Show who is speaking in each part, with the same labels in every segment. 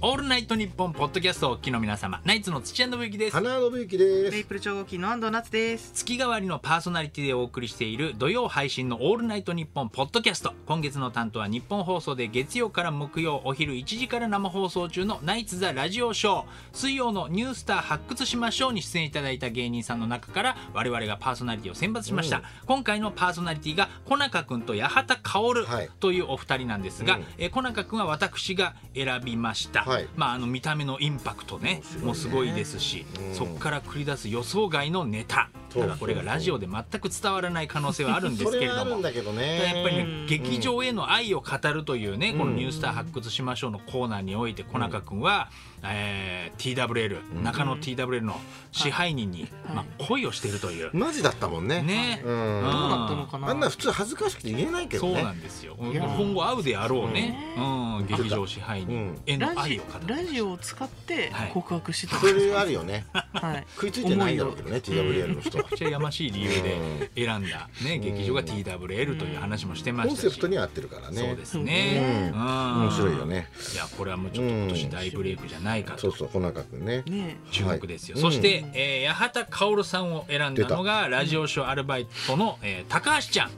Speaker 1: オールナイトニッポンポッドキャストをお聞きの皆様ナイツの土屋信之です
Speaker 2: 花信之で
Speaker 3: メイ
Speaker 2: す。
Speaker 3: プル超合金の安藤夏です。
Speaker 1: 月替わりのパーソナリティでお送りしている土曜配信の「オールナイトニッポン」ポッドキャスト今月の担当は日本放送で月曜から木曜お昼1時から生放送中の「ナイツ・ザ・ラジオショー」水曜の「ニュースター発掘しましょう」に出演いただいた芸人さんの中から我々がパーソナリティを選抜しました、
Speaker 2: うん
Speaker 1: 今回のパーソナリティが小中君と八幡薫
Speaker 2: はい
Speaker 1: というお二人なんですが、
Speaker 2: うん
Speaker 1: えー小中君は私が選びました、
Speaker 2: はい
Speaker 1: まあ、あの見た目のインパクトねもうすごいですし、
Speaker 2: うん
Speaker 1: そっから繰り出す予想外のネタ
Speaker 2: そう
Speaker 1: だからこれがラジオで全く伝わらない可能性はあるんで
Speaker 2: そ
Speaker 1: すけれ
Speaker 2: れはあ
Speaker 1: ど
Speaker 2: るん
Speaker 1: も。
Speaker 2: だけどね。
Speaker 1: やっぱり
Speaker 3: う
Speaker 1: ね
Speaker 3: ん
Speaker 1: 劇場への愛を語るというね、この
Speaker 2: う
Speaker 1: 「
Speaker 2: ん
Speaker 1: ニュースター発掘しましょう」のコーナーにおいて小中君は、えー TWL、
Speaker 2: うん
Speaker 1: 中野 TWL の支配人に、
Speaker 3: はい
Speaker 1: まあ、恋をしているという、
Speaker 2: マジだったもんね。
Speaker 1: ね、
Speaker 2: う。
Speaker 1: うん
Speaker 3: ど
Speaker 2: あ
Speaker 3: うなったのかな。
Speaker 2: んな普通恥ずかしくて言えないけど
Speaker 1: そうな
Speaker 2: ね。
Speaker 1: んですよ
Speaker 3: やー
Speaker 1: 今後会うであろうね、うん、劇場支配人への
Speaker 3: ラ
Speaker 1: 愛
Speaker 3: ジ
Speaker 1: を語る
Speaker 3: ラジオを使って
Speaker 1: はい
Speaker 3: 告白してたん
Speaker 2: そ
Speaker 3: です
Speaker 2: れ
Speaker 3: か。
Speaker 2: あるよね。
Speaker 3: はい。
Speaker 2: 食いついてないだろうけどね、TWL の人は
Speaker 1: め。ちゃやましい理由で選んだ、ね、劇場が TWL という話もしてま
Speaker 2: コ
Speaker 1: し
Speaker 2: ン
Speaker 1: たし
Speaker 2: セプトには合ってるからね。
Speaker 1: そうです
Speaker 2: うん
Speaker 1: ね、うん
Speaker 2: 面白いよね。
Speaker 1: いやこれはもうちょっと今年大ブレイクじゃないか
Speaker 2: そ
Speaker 1: と
Speaker 2: うそう、小中君ね。
Speaker 3: ね
Speaker 1: 注目ですよ、
Speaker 2: はい
Speaker 1: そして、えー八幡薫さんを選んだのがラジオショーアルバイトの、えー高橋ちゃん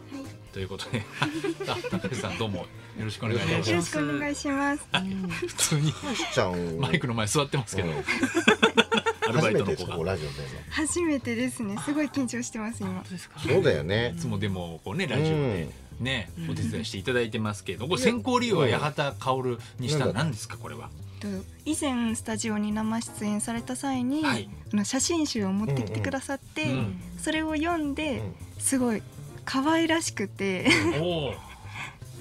Speaker 1: ということであ高 橋さんどうもよろしくお願いし
Speaker 3: え。
Speaker 1: ま
Speaker 4: よ
Speaker 1: す
Speaker 4: ろしくお願いします。
Speaker 3: うん
Speaker 1: 普通に
Speaker 2: ちゃん。
Speaker 1: マイクの前座ってますけど、
Speaker 2: うん
Speaker 1: アルバ
Speaker 2: 初
Speaker 1: イト
Speaker 2: めて
Speaker 1: の
Speaker 2: です
Speaker 1: 子
Speaker 2: か
Speaker 1: が
Speaker 2: こうラジオで。
Speaker 4: 初めてですね。すごい緊張してます今
Speaker 3: 本。当ですか。
Speaker 2: そうだよね
Speaker 1: い。つもでもこうねラジオでね、
Speaker 3: うん
Speaker 1: お手伝いしていただいてますけどこれ選考理由は八幡薫にしたのは何ですかこれは。
Speaker 4: と以前スタジオに生出演された際に、
Speaker 1: はい
Speaker 4: あの写真集を持ってきてくださって、
Speaker 1: うん
Speaker 3: うん
Speaker 4: それを読んで、
Speaker 2: うん
Speaker 4: すごい可愛らしくて、
Speaker 1: おー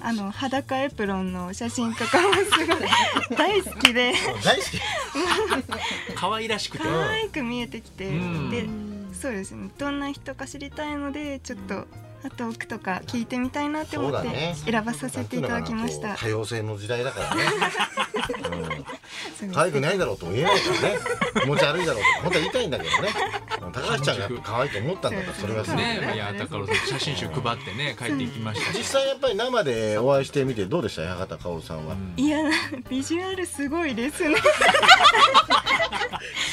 Speaker 4: あの裸エプロンの写真とかもすごい大好きで、
Speaker 2: 大好き。
Speaker 1: 可愛らしくて。
Speaker 4: 可愛く見えてきて、
Speaker 1: うん
Speaker 4: で、そうですね。どんな人か知りたいので、ちょっと。あと奥とか聞いてみたいなって思
Speaker 2: そ
Speaker 4: っ
Speaker 2: うだ
Speaker 4: て
Speaker 2: ね
Speaker 4: 選ばさせていただきまし
Speaker 2: な
Speaker 4: た
Speaker 2: ん。ていうのかなこう多様性の時代だからね。 うん
Speaker 4: すごい
Speaker 2: 可愛くないだろうとも言えないからね持ち悪いだろうとか本当は言いたいんだけどね高橋ちゃんがやっぱ可愛いと思ったんだからそれはすごい
Speaker 1: ね、
Speaker 2: ね
Speaker 1: いや、高さん写真集配ってね、帰っていきましたし。
Speaker 2: 実際やっぱり生でお会いしてみてどうでした八幡薫さんは、
Speaker 1: うん
Speaker 4: いやビジュアルすごいですね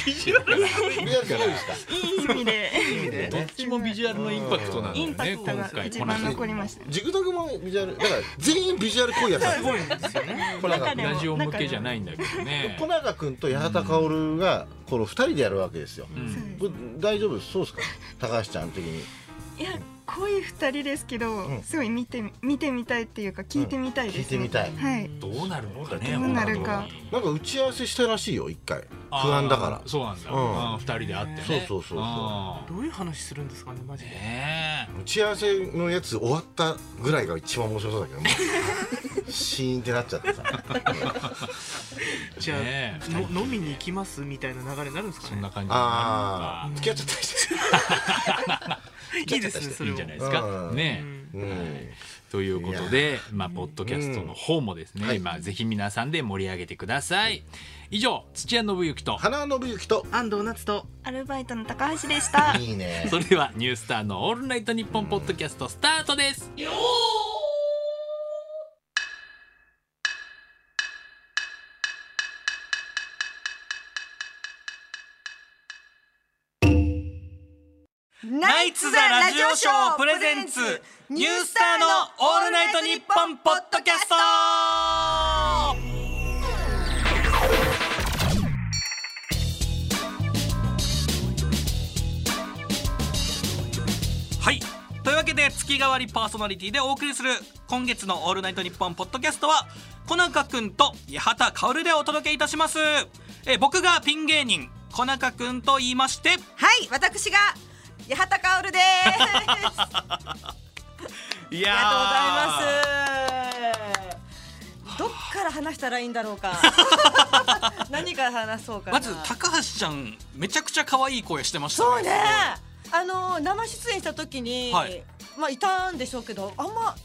Speaker 2: 見えるじゃないですか
Speaker 4: いい意味で
Speaker 1: どっちもビジュアルのインパクトなの
Speaker 4: イ
Speaker 1: よ
Speaker 4: ンパ
Speaker 1: ね、
Speaker 4: クト
Speaker 1: 今
Speaker 4: が
Speaker 1: 回。
Speaker 4: 一
Speaker 1: この
Speaker 4: 番残りました
Speaker 2: ジグザグもビジュアルだから全員ビジュアル濃いやつなんですすよ
Speaker 3: ごいんですよね。
Speaker 2: 小中
Speaker 4: 中でも
Speaker 2: 君
Speaker 1: ラジオ向けじゃないんだけどね
Speaker 2: 小。中君と八幡薫がこの二人でやるわけですよ、
Speaker 1: う
Speaker 4: そうんです
Speaker 2: これ大丈夫そうですか高橋ちゃん的に
Speaker 4: いや恋二人ですけど、
Speaker 2: うん
Speaker 4: すごい見てみ見てみたいっていうか聞いてみたいです、ね
Speaker 2: 聞いてみたい
Speaker 4: はい
Speaker 1: どうなるのかね。
Speaker 4: どうなるか
Speaker 1: 本当に
Speaker 2: なんか打ち合わせしたらしいよ一回不安だから
Speaker 1: あーそうなんだ。
Speaker 2: うん
Speaker 1: あー二人で会ってね。
Speaker 2: そうそうそうそう
Speaker 1: あ
Speaker 3: どういう話するんですかねマ
Speaker 1: ー
Speaker 3: ジで。
Speaker 1: ね
Speaker 2: 打ち合わせのやつ終わったぐらいが一番面白そうだけどねシーンってなっちゃってさ
Speaker 3: じゃ
Speaker 1: ね
Speaker 3: あの飲みに行きますみたいな流れになるんです
Speaker 1: え
Speaker 3: か
Speaker 1: そん
Speaker 3: ね
Speaker 1: な。感じになるの
Speaker 2: ああ
Speaker 1: か。
Speaker 2: 付き合っちゃったりして
Speaker 3: いいですねそ
Speaker 1: い
Speaker 3: れ
Speaker 1: いん
Speaker 3: も
Speaker 1: じゃないですか。
Speaker 2: うん
Speaker 3: う
Speaker 1: ねえ。
Speaker 3: ん
Speaker 2: うん
Speaker 1: ということで、まあ、ポッドキャストの方もですね、
Speaker 2: うんはい
Speaker 1: まあ、ぜひ皆さんで盛り上げてください。以上、土屋信之と、
Speaker 2: 花信之と
Speaker 3: 安藤夏と
Speaker 4: アルバイトの高橋でした
Speaker 2: いい ね
Speaker 1: それではニュースターのオールナイトニッポンポッドキャストスタートです。
Speaker 5: ナイツザラジオショープレゼンツニュースターのオールナイトニッポンポッドキャストはいというわけで月替わりパーソナリティでお送りする今月の「オールナイトニッポン」ポッドキャストは小中くんと八幡薫でお届けいたしますえー僕がピン芸人小中くんと言いまして
Speaker 6: はい、私が八幡 薫です。あ
Speaker 5: いや
Speaker 6: りが
Speaker 5: ー
Speaker 6: とうございます。どっから話したらいいんだ ろうか。何から話そうかな。
Speaker 5: まず高橋ちゃんめちゃくちゃ可愛い声してましたね
Speaker 6: そうね。あの生出演した時に、
Speaker 5: はい
Speaker 6: まあいたんでしょうけど、あんま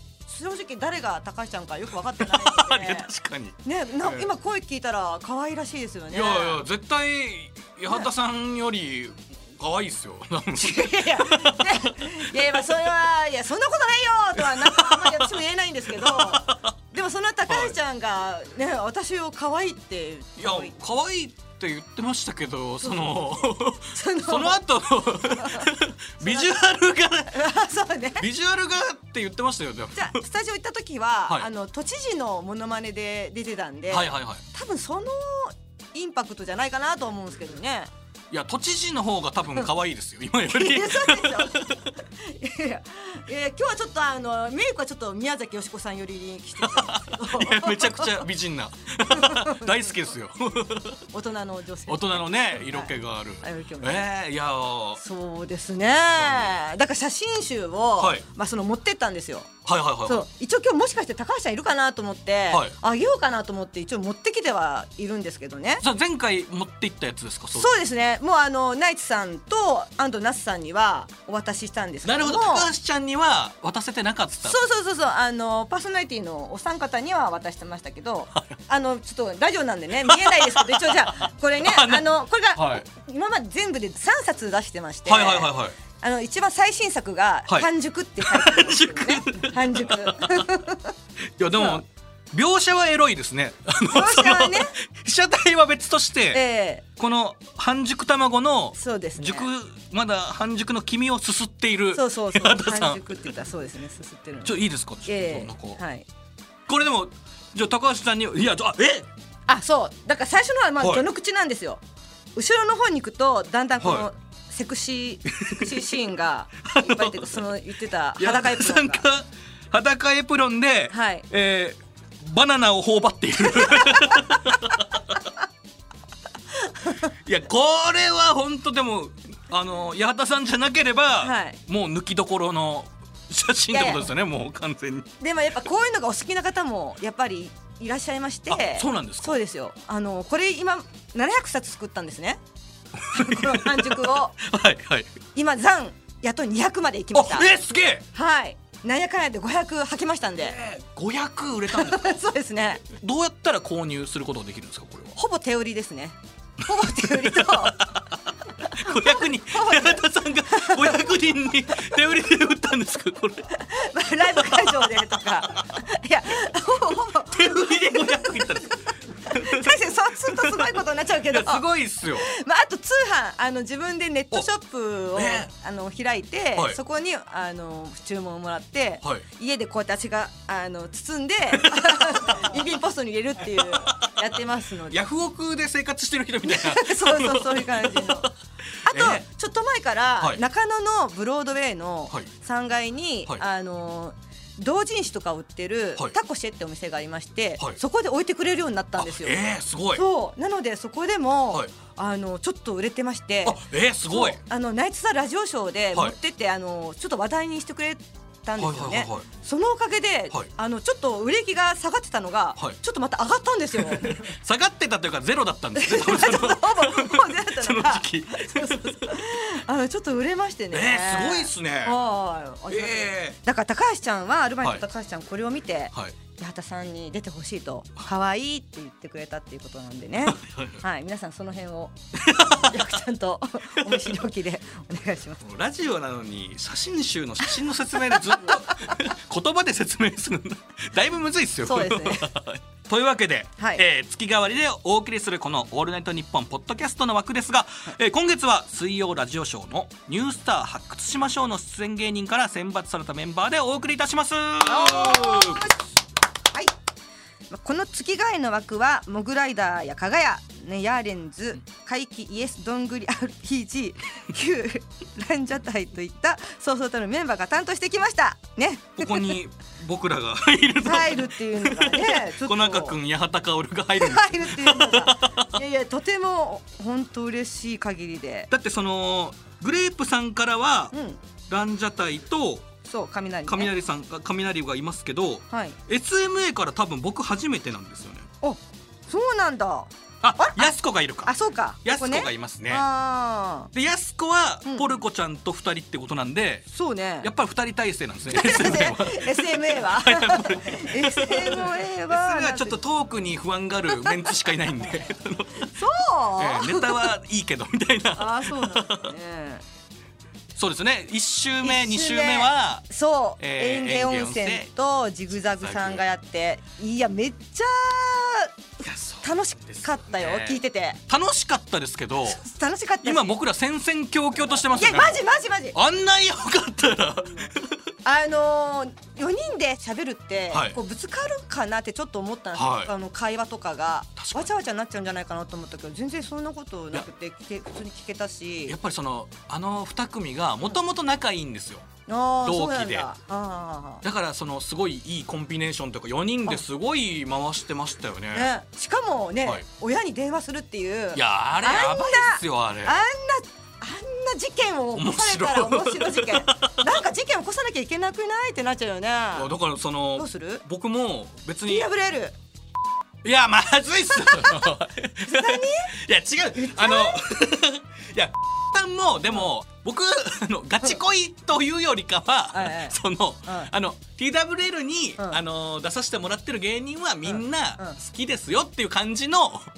Speaker 6: 正直誰が高橋ちゃんかよく分かってない
Speaker 5: あいや
Speaker 6: の
Speaker 5: 確かに、
Speaker 6: で。ね、な今声聞いたら可愛らしいですよね。
Speaker 5: いやいや絶対八幡さんより可愛いっ すよなんか
Speaker 6: いやいやいやいやまあそれはいやそんなことないよとはなんかあんまり私も言えないんですけどででもそんな高橋ちゃんがね、私を可愛いって
Speaker 5: いや可愛いって言ってましたけどその
Speaker 6: その
Speaker 5: その後の ビジュアルが
Speaker 6: そうね
Speaker 5: ビジュアルがって言ってましたよでも
Speaker 6: じゃあスタジオ行った時は、
Speaker 5: はい
Speaker 6: あの都知事のモノマネで出てたんで、
Speaker 5: はいはいはい
Speaker 6: 多分そのインパクトじゃないかなと思うんですけどね。
Speaker 5: いや都知事の方が多分可愛いですよ今より
Speaker 6: いやそうですよ。いやいやいや今日はちょっとあのメイクはちょっと宮崎美子さん寄りにしてたんですけ
Speaker 5: い
Speaker 6: ど
Speaker 5: やめちゃくちゃ美人な大好きですよ
Speaker 6: 大人の女性。
Speaker 5: 大人のね色気がある、
Speaker 6: はい色気も
Speaker 5: えー、いやー
Speaker 6: そうですね。だから写真集を、
Speaker 5: はい
Speaker 6: まあその持ってったんですよ。
Speaker 5: はいはいはい
Speaker 6: そう一応今日もしかして高橋さんいるかなと思って、
Speaker 5: はい
Speaker 6: あげようかなと思って一応持ってきてはいるんですけどね。
Speaker 5: じゃあ前回持って行ったやつですかそう
Speaker 6: そうですね。もうあのナイツさんと安藤那須さんにはお渡ししたんですけ
Speaker 5: な
Speaker 6: ど
Speaker 5: る
Speaker 6: も。
Speaker 5: ほど高橋ちゃんには渡せてなかった
Speaker 6: そうそうそうそうあのパーソナリティのお三方には渡してましたけど、あのちょっとラジオなんでね見えないですけど一応じゃあこれね
Speaker 5: あ
Speaker 6: あ
Speaker 5: な
Speaker 6: のこれが、
Speaker 5: はい
Speaker 6: 今まで全部で三冊出してまして、
Speaker 5: はいはいはいはい
Speaker 6: あの一番最新作が
Speaker 5: はい
Speaker 6: 半熟って書いてあるんですけどね。半 熟。
Speaker 5: いやでも描写はエロいですねあの
Speaker 6: 描写はね
Speaker 5: その被写体は別として
Speaker 6: ええ
Speaker 5: この半熟卵の
Speaker 6: そうですね。
Speaker 5: 熟まだ半熟の黄身をすすっている
Speaker 6: そうそうそう
Speaker 5: 矢田さ
Speaker 6: 半
Speaker 5: ん
Speaker 6: 熟って言ったらそうですねすすってるの。
Speaker 5: ちょいいですかちょ
Speaker 6: え
Speaker 5: っとなん
Speaker 6: え
Speaker 5: か
Speaker 6: はい。
Speaker 5: これでもじゃあ高橋さんにいやあえ
Speaker 6: あそうだから最初のはまあ
Speaker 5: はい
Speaker 6: 序の口なんですよ、後ろの方に行くとだんだんこの、
Speaker 5: はい
Speaker 6: セクシーセクシーシー ンがいっぱい出てその言ってた裸エプ
Speaker 5: 矢田
Speaker 6: ロ
Speaker 5: さ
Speaker 6: ン
Speaker 5: ん
Speaker 6: が
Speaker 5: が裸エプロンで、
Speaker 6: はい
Speaker 5: えーバナナを頬張 っているいやこれは本当でもあの八幡さんじゃなければ、
Speaker 6: はい
Speaker 5: もう抜きどころの写真ってことですよねもう完全に
Speaker 6: でもやっぱこういうのがお好きな方もやっぱりいらっしゃいまして
Speaker 5: あそうなんですか
Speaker 6: そうですよあのこれ今700冊作ったんですねこの半熟を
Speaker 5: はいはい
Speaker 6: 今残やっと200まで行きました
Speaker 5: あえすげえ
Speaker 6: はいなんやかんやで500履きましたんで
Speaker 5: 500売れたんです
Speaker 6: そうですね
Speaker 5: どうやったら購入することができるんですかこれ は
Speaker 6: ほぼ手売りですねほぼ手売りと
Speaker 5: 500人八幡さんが500人に手売りで売ったんですかこれ
Speaker 6: まあライブ会場でとかいやほぼほぼ
Speaker 5: 手売りで500いったんです
Speaker 6: 確かにそうするとすごいことになっちゃうけ
Speaker 5: い
Speaker 6: ど
Speaker 5: やすごいっすよ
Speaker 6: まあ、あと通販あの自分でネットショップを、
Speaker 5: おね
Speaker 6: あの開いて、
Speaker 5: はい
Speaker 6: そこにあの注文をもらって、
Speaker 5: はい
Speaker 6: 家でこうやって私があの包 んで郵便ポストに入れるっていうやってますので
Speaker 5: ヤフオクで生活してる人みたい
Speaker 6: そうそうそういう感じの。 あと、
Speaker 5: え
Speaker 6: ちょっと前から、
Speaker 5: はい
Speaker 6: 中野のブロードウェイの
Speaker 5: はい
Speaker 6: 3階に、
Speaker 5: はい
Speaker 6: あの同人誌とかを売ってる、
Speaker 5: はい
Speaker 6: タコシェってお店がありまして、
Speaker 5: はい
Speaker 6: そこで置いてくれるようになった
Speaker 5: なん
Speaker 6: ですよ。
Speaker 5: えー、すごい
Speaker 6: そうなのでそこでも、
Speaker 5: はい
Speaker 6: あのちょっと売れてまして
Speaker 5: あえー、すごい
Speaker 6: そうあのナイツ・ザ・ラジオショーで
Speaker 5: は
Speaker 6: 持
Speaker 5: い
Speaker 6: ってって、あのちょっと話題にしてくれたんですよね、
Speaker 5: はいはいはいはい
Speaker 6: そのおかげで、
Speaker 5: はい
Speaker 6: あのちょっと売れ行きが下がってたのが、
Speaker 5: はい
Speaker 6: ちょっとまた上がったんですよ。
Speaker 5: 下がってたというかゼロだったんですね多分その
Speaker 6: ほぼほぼ出会った
Speaker 5: そ
Speaker 6: の
Speaker 5: の
Speaker 6: が
Speaker 5: 時期
Speaker 6: そうそうそうあのちょっと売れまして
Speaker 5: え
Speaker 6: ね。
Speaker 5: ー、すごいっすね
Speaker 6: はいありがとうございます
Speaker 5: え
Speaker 6: だから高橋ちゃんはアルバイト
Speaker 5: はい
Speaker 6: の高橋ちゃんこれを見て、
Speaker 5: ー、はい
Speaker 6: 八幡さんに出てほしいと可愛いって言ってくれたっていうことなんでね。はい皆さんその辺をよくちゃんとお見知りおきでお願いします。
Speaker 5: もうラジオなのに写真集の写真の説明でずっと 言葉で説明するんだだいぶむずいっすよ
Speaker 6: そうですね
Speaker 5: というわけで、
Speaker 6: はい
Speaker 5: えー月替わりでお送りするこの「オールナイトニッポン」ポッドキャストの枠ですが、えー今月は水曜ラジオショーの「ニュースター発掘しましょう」の出演芸人から選抜されたメンバーでお送りいたします。
Speaker 6: はい。まあこの月替えの枠はモグライダーや加賀屋、ね、ヤーレンズ怪奇イエスどんぐり RPG 旧ランジャタイといったそうそうたるメンバーが担当してきましたね
Speaker 5: ここに僕らが 入ると
Speaker 6: 入るっていうのが ねちょっ
Speaker 5: 小
Speaker 6: と
Speaker 5: 中君八幡薫が入るん です
Speaker 6: 入るっていうのがいやいやとても本当嬉しい限りで
Speaker 5: だってそのグレープさんからは、
Speaker 6: うん
Speaker 5: ランジャタイと
Speaker 6: そう雷、ね、
Speaker 5: 雷さんが雷がいますけど
Speaker 6: はい
Speaker 5: SMA から多分僕初めてなんですよね
Speaker 6: おそうなんだ
Speaker 5: あやすこがいる
Speaker 6: あ
Speaker 5: か
Speaker 6: そうか
Speaker 5: やすこ
Speaker 6: ここ
Speaker 5: がいますね
Speaker 6: あ
Speaker 5: でやすこは
Speaker 6: うん
Speaker 5: ポルコちゃんと2人ってことなんで
Speaker 6: ー、そうね
Speaker 5: やっぱり2人体制なんですね SMA
Speaker 6: SMA は SMA は SMA は
Speaker 5: はちょっとトークに不安があるメンツしかいないんでその
Speaker 6: そう、
Speaker 5: えーネタはいいけどみたいな
Speaker 6: ああそうなんですね
Speaker 5: そうですね1週目2
Speaker 6: 一周
Speaker 5: 週
Speaker 6: 目
Speaker 5: 目は
Speaker 6: そう、
Speaker 5: えー
Speaker 6: 園芸温泉とジグザグさんがやっていやめっち
Speaker 5: いやそう
Speaker 6: ゃ楽しかったよ、
Speaker 5: ですね
Speaker 6: 聞いてて
Speaker 5: 楽しかったですけど
Speaker 6: 楽しかったし
Speaker 5: 今僕ら戦々恐々としてま
Speaker 6: い
Speaker 5: す
Speaker 6: や
Speaker 5: よね
Speaker 6: マジマジマジ
Speaker 5: あんなよかったら
Speaker 6: あのー、4人で喋るって、
Speaker 5: はい
Speaker 6: こうぶつかるかなってちょっと思ったんですよ、
Speaker 5: はい
Speaker 6: あの会話とかが
Speaker 5: 確かに
Speaker 6: わちゃわちゃになっちゃうんじゃないかなと思ったけど全然そんなことなくて聞け普通に聞けたし
Speaker 5: やっぱりそのあの2組がもともと仲いいんですよ
Speaker 6: あー
Speaker 5: 同期で
Speaker 6: そうなんだあーあー
Speaker 5: だからそのすごいいいコンビネーションというか4人ですごい回してましたよね
Speaker 6: あーね、しかもね、
Speaker 5: はい
Speaker 6: 親に電話するっていう
Speaker 5: いやあれ
Speaker 6: あんな
Speaker 5: やばいっすよあれ
Speaker 6: あんなあんな事件を起こされたら面白い事件 なんか事件起こさなきゃいけなくないってなっちゃうよね
Speaker 5: いやだからその
Speaker 6: どうする
Speaker 5: 僕も別にい
Speaker 6: TWL
Speaker 5: やまずいっすよ いや違うあの いやさんもでも僕あのガチ恋というよりか
Speaker 6: はいは
Speaker 5: はいその
Speaker 6: はい
Speaker 5: あの TWL に
Speaker 6: うん
Speaker 5: あの出させてもらってる芸人はみん
Speaker 6: うんうん
Speaker 5: な好きですよっていう感じの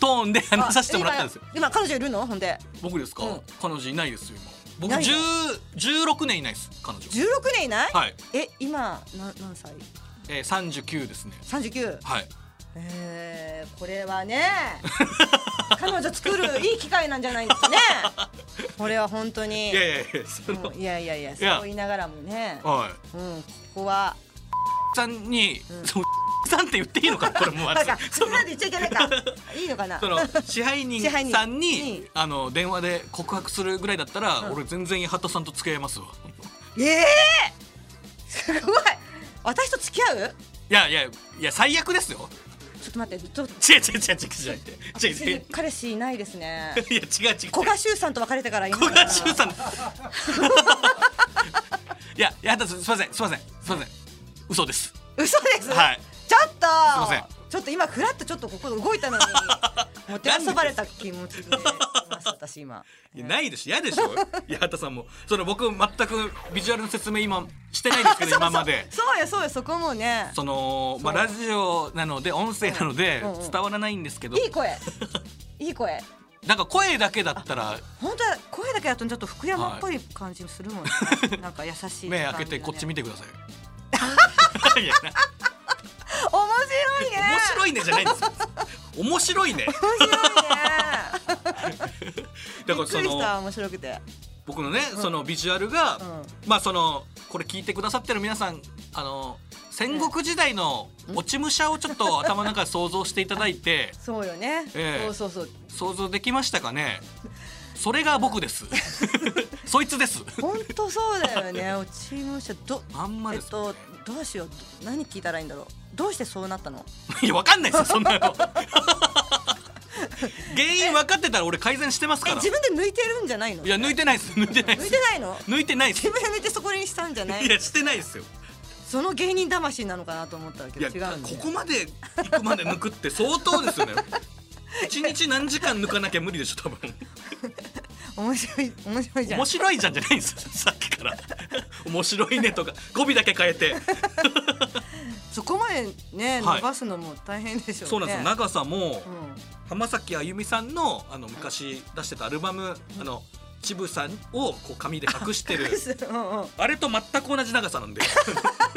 Speaker 5: トーンで話させてもらったんですよ
Speaker 6: あ今今彼女いるのほんで
Speaker 5: 僕ですか、
Speaker 6: うん
Speaker 5: 彼女いないですよ今僕
Speaker 6: ないの
Speaker 5: 10 16年いないです彼女
Speaker 6: 16年いない、
Speaker 5: はい、
Speaker 6: え今な何歳
Speaker 5: えー、39ですね
Speaker 6: ?39
Speaker 5: はい
Speaker 6: えー、これはね 彼女作るいい機会なんじゃないですかねこれは本当に
Speaker 5: いやいやいやその、
Speaker 6: もういやいやいや
Speaker 5: いや
Speaker 6: そう言いながらもね
Speaker 5: はい
Speaker 6: うんここは
Speaker 5: さんに、
Speaker 6: うん
Speaker 5: そのさんって言っていいのかこれもう
Speaker 6: あ
Speaker 5: ま
Speaker 6: か
Speaker 5: ず
Speaker 6: らそんなんで言っちゃいけな いかいいのかな
Speaker 5: その支配人
Speaker 6: 支配人
Speaker 5: さんに
Speaker 6: うん
Speaker 5: あの電話で告白するぐらいだったら、
Speaker 6: うん
Speaker 5: 俺全然八幡さんと付き合いますわ
Speaker 6: ええすごい私と付き合う
Speaker 5: いやいやいや最悪ですよ
Speaker 6: ちょっと待ってちょっ
Speaker 5: 違う違う違う違う違う違う違う違う違う違う
Speaker 6: と彼氏いないですね
Speaker 5: いや違う違う
Speaker 6: 古賀修さんと別れてからいない
Speaker 5: 小
Speaker 6: から
Speaker 5: 賀修さんいやいやだすすいませんすいませんすいません嘘です
Speaker 6: 嘘です、
Speaker 5: はい
Speaker 6: ちょっと
Speaker 5: ません
Speaker 6: ちょっと今フラッとちょっとここ動いたのにもう手遊ばれた気 持ちでいます私今
Speaker 5: いやないでしょ嫌でしょ八幡さんもその僕全くビジュアルの説明今してないですけど今まで
Speaker 6: そうそうよそうよそこもね
Speaker 5: そのまあラジオなので音声なので
Speaker 6: うんうんうん
Speaker 5: 伝わらないんですけど
Speaker 6: いい声いい声
Speaker 5: なんか声だけだったら
Speaker 6: 本当は声だけだとちょっと福山っぽい感じもするもんね、なんか優しい感じがね、
Speaker 5: 目開けてこっち見てくださいいやな
Speaker 6: 面白いね
Speaker 5: 面白いねじゃないんですよ面白いね
Speaker 6: 面白いね
Speaker 5: だから
Speaker 6: びっく
Speaker 5: そ
Speaker 6: りし
Speaker 5: の
Speaker 6: た面白くて
Speaker 5: 僕のねそのビジュアルが
Speaker 6: うん
Speaker 5: まあそのこれ聞いてくださってる皆さんあの戦国時代の落ち武者をちょっと頭の中で想像していただいて
Speaker 6: そうよね、
Speaker 5: ええ
Speaker 6: そうそうそう
Speaker 5: 想像できましたかねそれが僕です そいつです
Speaker 6: 本当そうだ よね落ち武者ど
Speaker 5: あんま
Speaker 6: えっ
Speaker 5: ですよ
Speaker 6: と
Speaker 5: ね、
Speaker 6: どうしようど何聞いたらいいんだろうどうしてそうなったの
Speaker 5: いやわかんないですよそんなの原因分かってたら俺改善してますか
Speaker 6: え
Speaker 5: ら
Speaker 6: 自分で抜いてるんじゃないの
Speaker 5: いや抜いてないです抜いてないで
Speaker 6: 抜い
Speaker 5: す
Speaker 6: てないの
Speaker 5: 抜いてないです
Speaker 6: 自分で抜いてそこにしたんじゃない
Speaker 5: いやしてないですよ
Speaker 6: その芸人魂なのかなと思ったけ
Speaker 5: い
Speaker 6: ど
Speaker 5: や
Speaker 6: 違うんだ
Speaker 5: こ
Speaker 6: よ
Speaker 5: こまで行くまで抜くって相当ですよね一日何時間抜かなきゃ無理でしょ多分
Speaker 6: 面白い面白いじゃん
Speaker 5: 面白いじゃんじゃないんですよさっきから面白いねとか語尾だけ変えて
Speaker 6: そこまでね
Speaker 5: はい
Speaker 6: 伸ばすのも大変でしょ
Speaker 5: そう
Speaker 6: うね、
Speaker 5: なんですよ長さも
Speaker 6: うん
Speaker 5: 浜崎あゆみさんのあの昔出してたアルバム「あのちぶさん」をこう紙で隠してる
Speaker 6: うん
Speaker 5: あれと全く同じ長さなんで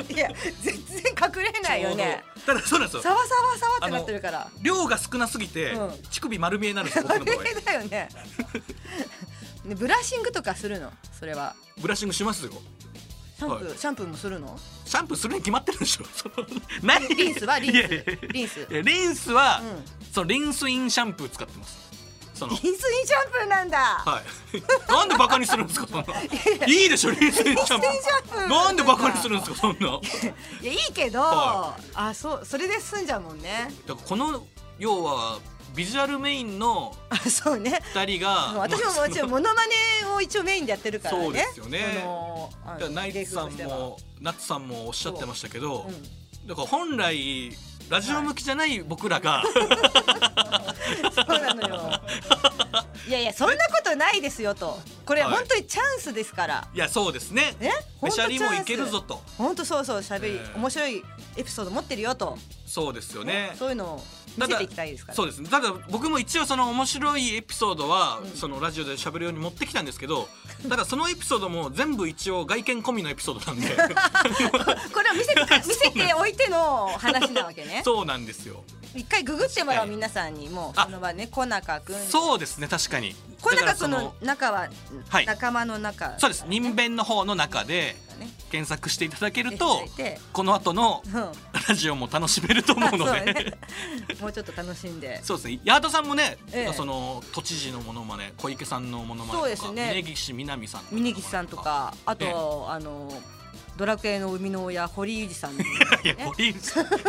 Speaker 6: うんいや全然隠れないよね
Speaker 5: ただそうなんです
Speaker 6: サ
Speaker 5: よ
Speaker 6: ワサワサワってなってるから
Speaker 5: 量が少なすぎて、
Speaker 6: うん
Speaker 5: 乳首丸見えになるんですよ僕
Speaker 6: あれ
Speaker 5: の場合
Speaker 6: だよねねブラッシングとかするのそれは
Speaker 5: ブラッシングしますよ
Speaker 6: シャンプー、
Speaker 5: は
Speaker 6: シャンプーもするの
Speaker 5: シャンプーするに決まってるでし ょそのない
Speaker 6: リンスはリン
Speaker 5: いやいやいや
Speaker 6: スリンス
Speaker 5: いやリンスは、
Speaker 6: うん
Speaker 5: そのリンスインシャンプー使ってますその
Speaker 6: リンスインシャンプーなんだ。
Speaker 5: はい なんでバカにするんですかそんないいでしょリンスインシャンプ
Speaker 6: リンスインシャンプー
Speaker 5: ーなんでバカにするんですかそんない
Speaker 6: やいいけど、
Speaker 5: は
Speaker 6: あそうそれで済んじゃうもんね。
Speaker 5: だからこの要はビジュアルメインの
Speaker 6: あそうね。
Speaker 5: 2人が
Speaker 6: 私ももちろんモノマネを一応メインでやってるからね。
Speaker 5: そうですよね
Speaker 6: そのあ
Speaker 5: だからナイツさん
Speaker 6: 芸風としては
Speaker 5: もナッツさんもおっしゃってましたけど、
Speaker 6: うん
Speaker 5: だから本来ラジオ向きじゃない僕ら が、
Speaker 6: そうなのよ。いやいやそんなことないですよと。これ
Speaker 5: はい
Speaker 6: 本当にチャンスですから。
Speaker 5: い、やそうですねめ
Speaker 6: ね。本当
Speaker 5: しゃりも
Speaker 6: チャン
Speaker 5: い
Speaker 6: ス
Speaker 5: けるぞ。と
Speaker 6: 本当そうそう喋り、
Speaker 5: えー
Speaker 6: 面白いエピソード持ってるよと。
Speaker 5: そうですよね
Speaker 6: そういうのを見せていきたいですから
Speaker 5: そうですねただ僕も一応その面白いエピソードはそのラジオで喋るように持ってきたんですけ どただそのエピソードも全部一応外見込みのエピソードなんで
Speaker 6: これを 見せて見せておいての話なわけね
Speaker 5: そうなんですよ
Speaker 6: 一回ググってもら
Speaker 5: は
Speaker 6: う
Speaker 5: い
Speaker 6: 皆さんにも
Speaker 5: あ
Speaker 6: この場ね小中くん
Speaker 5: そうですね確かに
Speaker 6: 小
Speaker 5: だから
Speaker 6: 中く
Speaker 5: そ
Speaker 6: んの中は
Speaker 5: はい
Speaker 6: 仲間の中
Speaker 5: そうです人弁の方の中で
Speaker 6: ね
Speaker 5: 検索していただける
Speaker 6: 出
Speaker 5: と
Speaker 6: ていただいて
Speaker 5: この後の
Speaker 6: うんあ
Speaker 5: ラジオも楽しめると思う
Speaker 6: そう
Speaker 5: の
Speaker 6: だ
Speaker 5: で
Speaker 6: ねもうちょっと楽しんで
Speaker 5: そうですね八幡さんもね、
Speaker 6: ええ
Speaker 5: その都知事のものまね小池さんのものま
Speaker 6: そう
Speaker 5: ね
Speaker 6: で
Speaker 5: と
Speaker 6: す
Speaker 5: か、
Speaker 6: ね
Speaker 5: 峯岸みなみさんのモノマネ
Speaker 6: 峯岸さんとかあと、
Speaker 5: ええ
Speaker 6: あのドラクエの生みの親堀井裕 二さんの
Speaker 5: いや、堀内さん。 てか、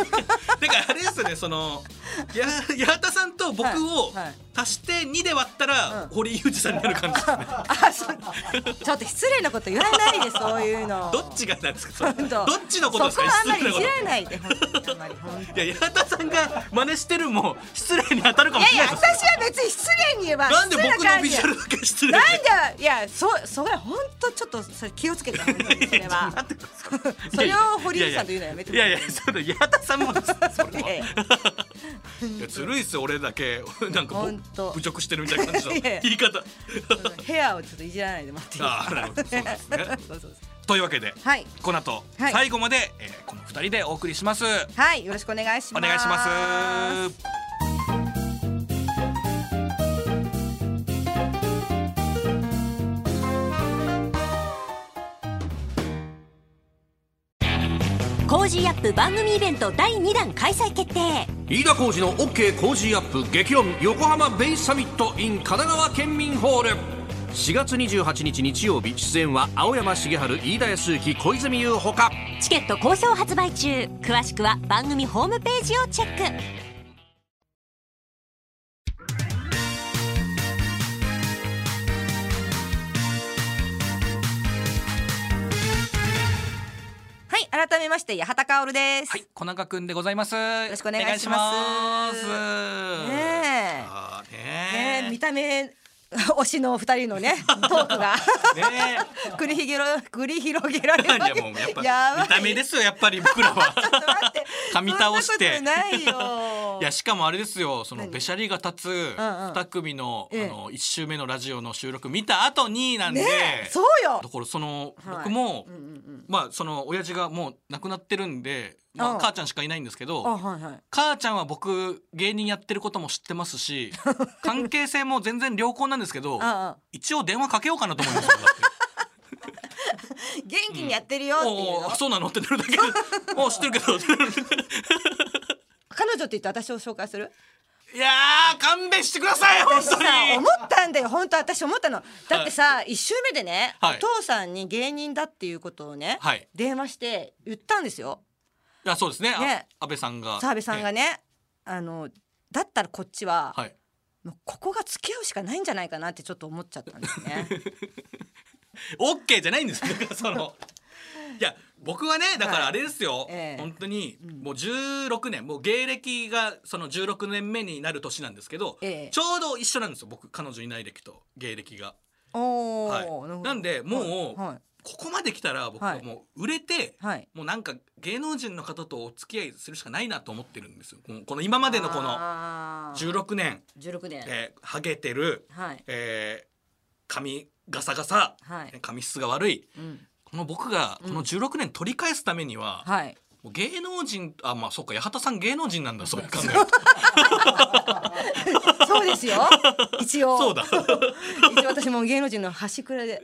Speaker 5: あれですね、その、や、八幡さんと僕を
Speaker 6: はいはい
Speaker 5: 足して二で割ったら
Speaker 6: うん、
Speaker 5: 堀井裕二さんになる感じです ね。
Speaker 6: あそうちょっと失礼なこと言わないでそういうの
Speaker 5: どっちがなんですか。そ
Speaker 6: 本
Speaker 5: れ
Speaker 6: 当
Speaker 5: どっちのことです
Speaker 6: そこ
Speaker 5: か。
Speaker 6: はあんまり
Speaker 5: ないこと。
Speaker 6: じ
Speaker 5: い
Speaker 6: らないで本当にあんまり本当に
Speaker 5: や、八幡さんが真似してるも、失礼に当たるかも
Speaker 6: いや
Speaker 5: し
Speaker 6: い
Speaker 5: れ
Speaker 6: や
Speaker 5: ないです。
Speaker 6: 私は別に失礼に言えば
Speaker 5: なんで僕
Speaker 6: 失礼な
Speaker 5: の
Speaker 6: 感
Speaker 5: ビ
Speaker 6: じ
Speaker 5: ジュアルだけ失礼で。
Speaker 6: なんでいやそそれは本当ちょっとそれ気をつけて本当にそれは それを堀内さんと言うのはやめて
Speaker 5: いやいや、そうだ、八幡さんもです。それ
Speaker 6: い
Speaker 5: は
Speaker 6: やいや
Speaker 5: いやずるいっすよ、俺だけ、 なんかぼ
Speaker 6: 本当、
Speaker 5: 侮辱してるみたいな感じの
Speaker 6: いやいや
Speaker 5: 言い方。
Speaker 6: ヘアをちょっといじらないでもらっていいです
Speaker 5: ああ、なるほど、そう ですね。というわけで。
Speaker 6: かはい
Speaker 5: この後、
Speaker 6: はい
Speaker 5: 最後まで、えーこの二人でお送りします。
Speaker 6: はいよろしくお願いし
Speaker 5: お
Speaker 6: ます
Speaker 5: 願いします。
Speaker 7: コージーアップ番組イベント第2弾開催決定
Speaker 5: 飯田浩二の OK 工事アップ激論横浜ベイサミット in 神奈川県民ホール。
Speaker 8: 4月28日日曜日出演は青山茂春飯田康之小泉優ほか
Speaker 7: チケット好評発売中詳しくは番組ホームページをチェック
Speaker 6: はい改めまして八幡薫です、
Speaker 5: はい、小中くんでございます。よろ
Speaker 6: しくお願いします
Speaker 5: お願いします
Speaker 6: ねえ
Speaker 5: あーねえ
Speaker 6: ね見た目 推しの二人の ねトークが
Speaker 5: ね
Speaker 6: 繰り広げろ繰り広げられ
Speaker 5: えい
Speaker 6: ま
Speaker 5: やもうやっぱ
Speaker 6: やばい
Speaker 5: 見た目ですよやっぱり僕ら
Speaker 6: ちょっ
Speaker 5: は
Speaker 6: と待って
Speaker 5: 噛み倒して
Speaker 6: そんなことないよ
Speaker 5: いやしかもあれですよその
Speaker 6: 何
Speaker 5: べしゃりが立つ
Speaker 6: んうん
Speaker 5: 2組の,、
Speaker 6: ええ
Speaker 5: あの1週目のラジオの収録見た後になんで、
Speaker 6: ねえそうよ
Speaker 5: だからその、
Speaker 6: はい
Speaker 5: 僕も、
Speaker 6: うんうん
Speaker 5: まあその親父がもう亡くなってるんで、ま
Speaker 6: うん
Speaker 5: あ、母ちゃんしかいないんですけ
Speaker 6: うんあ
Speaker 5: ど
Speaker 6: はいはい
Speaker 5: 母ちゃんは僕芸人やってることも知ってます し関係性も全然良好なんですけど
Speaker 6: ああ
Speaker 5: 一応電話かけようかなと思いますよだって
Speaker 6: 元気にやってるよ っていうの
Speaker 5: おうおうそうなのってなる だけで「おう知ってるけど」
Speaker 6: 彼女って言って私を紹介する
Speaker 5: いやー勘弁してください本
Speaker 6: 私さ
Speaker 5: 当に
Speaker 6: 思ったんだよ本当私思ったのだってさ、一周目でね、
Speaker 5: はい
Speaker 6: お父さんに芸人だっていうことをね、
Speaker 5: はい
Speaker 6: 電話して言ったんですよ
Speaker 5: いやそうですねあ
Speaker 6: ね
Speaker 5: 安倍さんが
Speaker 6: 澤部さんが
Speaker 5: ね、
Speaker 6: ね、あのだったらこっちは、
Speaker 5: はい
Speaker 6: もうここが付き合うしかないんじゃないかなってちょっと思っちゃったんです ね
Speaker 5: オッケーじゃないんですよだからそ のいや僕はねだか
Speaker 6: はい
Speaker 5: らあれですよ、
Speaker 6: ええ
Speaker 5: 本当にもう16年もう芸歴がその16年目になる年なんですけど、
Speaker 6: ええ
Speaker 5: ちょうど一緒なんですよ僕彼女いない歴と芸歴が、
Speaker 6: おお、
Speaker 5: はい
Speaker 6: るほど
Speaker 5: なんでもう
Speaker 6: はい
Speaker 5: ここまで来たら僕
Speaker 6: は
Speaker 5: はいもう売れて、
Speaker 6: はい
Speaker 5: もうなんか芸能人の方とお付き合いするしかないなと思ってるんですよこのこの今までのこの
Speaker 6: の
Speaker 5: 16年、
Speaker 6: 16年、
Speaker 5: えー、ハゲてる、
Speaker 6: はい
Speaker 5: えー、髪ガサガサ、
Speaker 6: はい
Speaker 5: 髪質が悪い
Speaker 6: うん
Speaker 5: この僕がこの16年取り返すためには、
Speaker 6: はい
Speaker 5: もう芸能人あまあそうか八幡さん芸能人なんだそういう考えると
Speaker 6: そうですよ一応
Speaker 5: そうだ
Speaker 6: 一応私も芸能人の端くらいで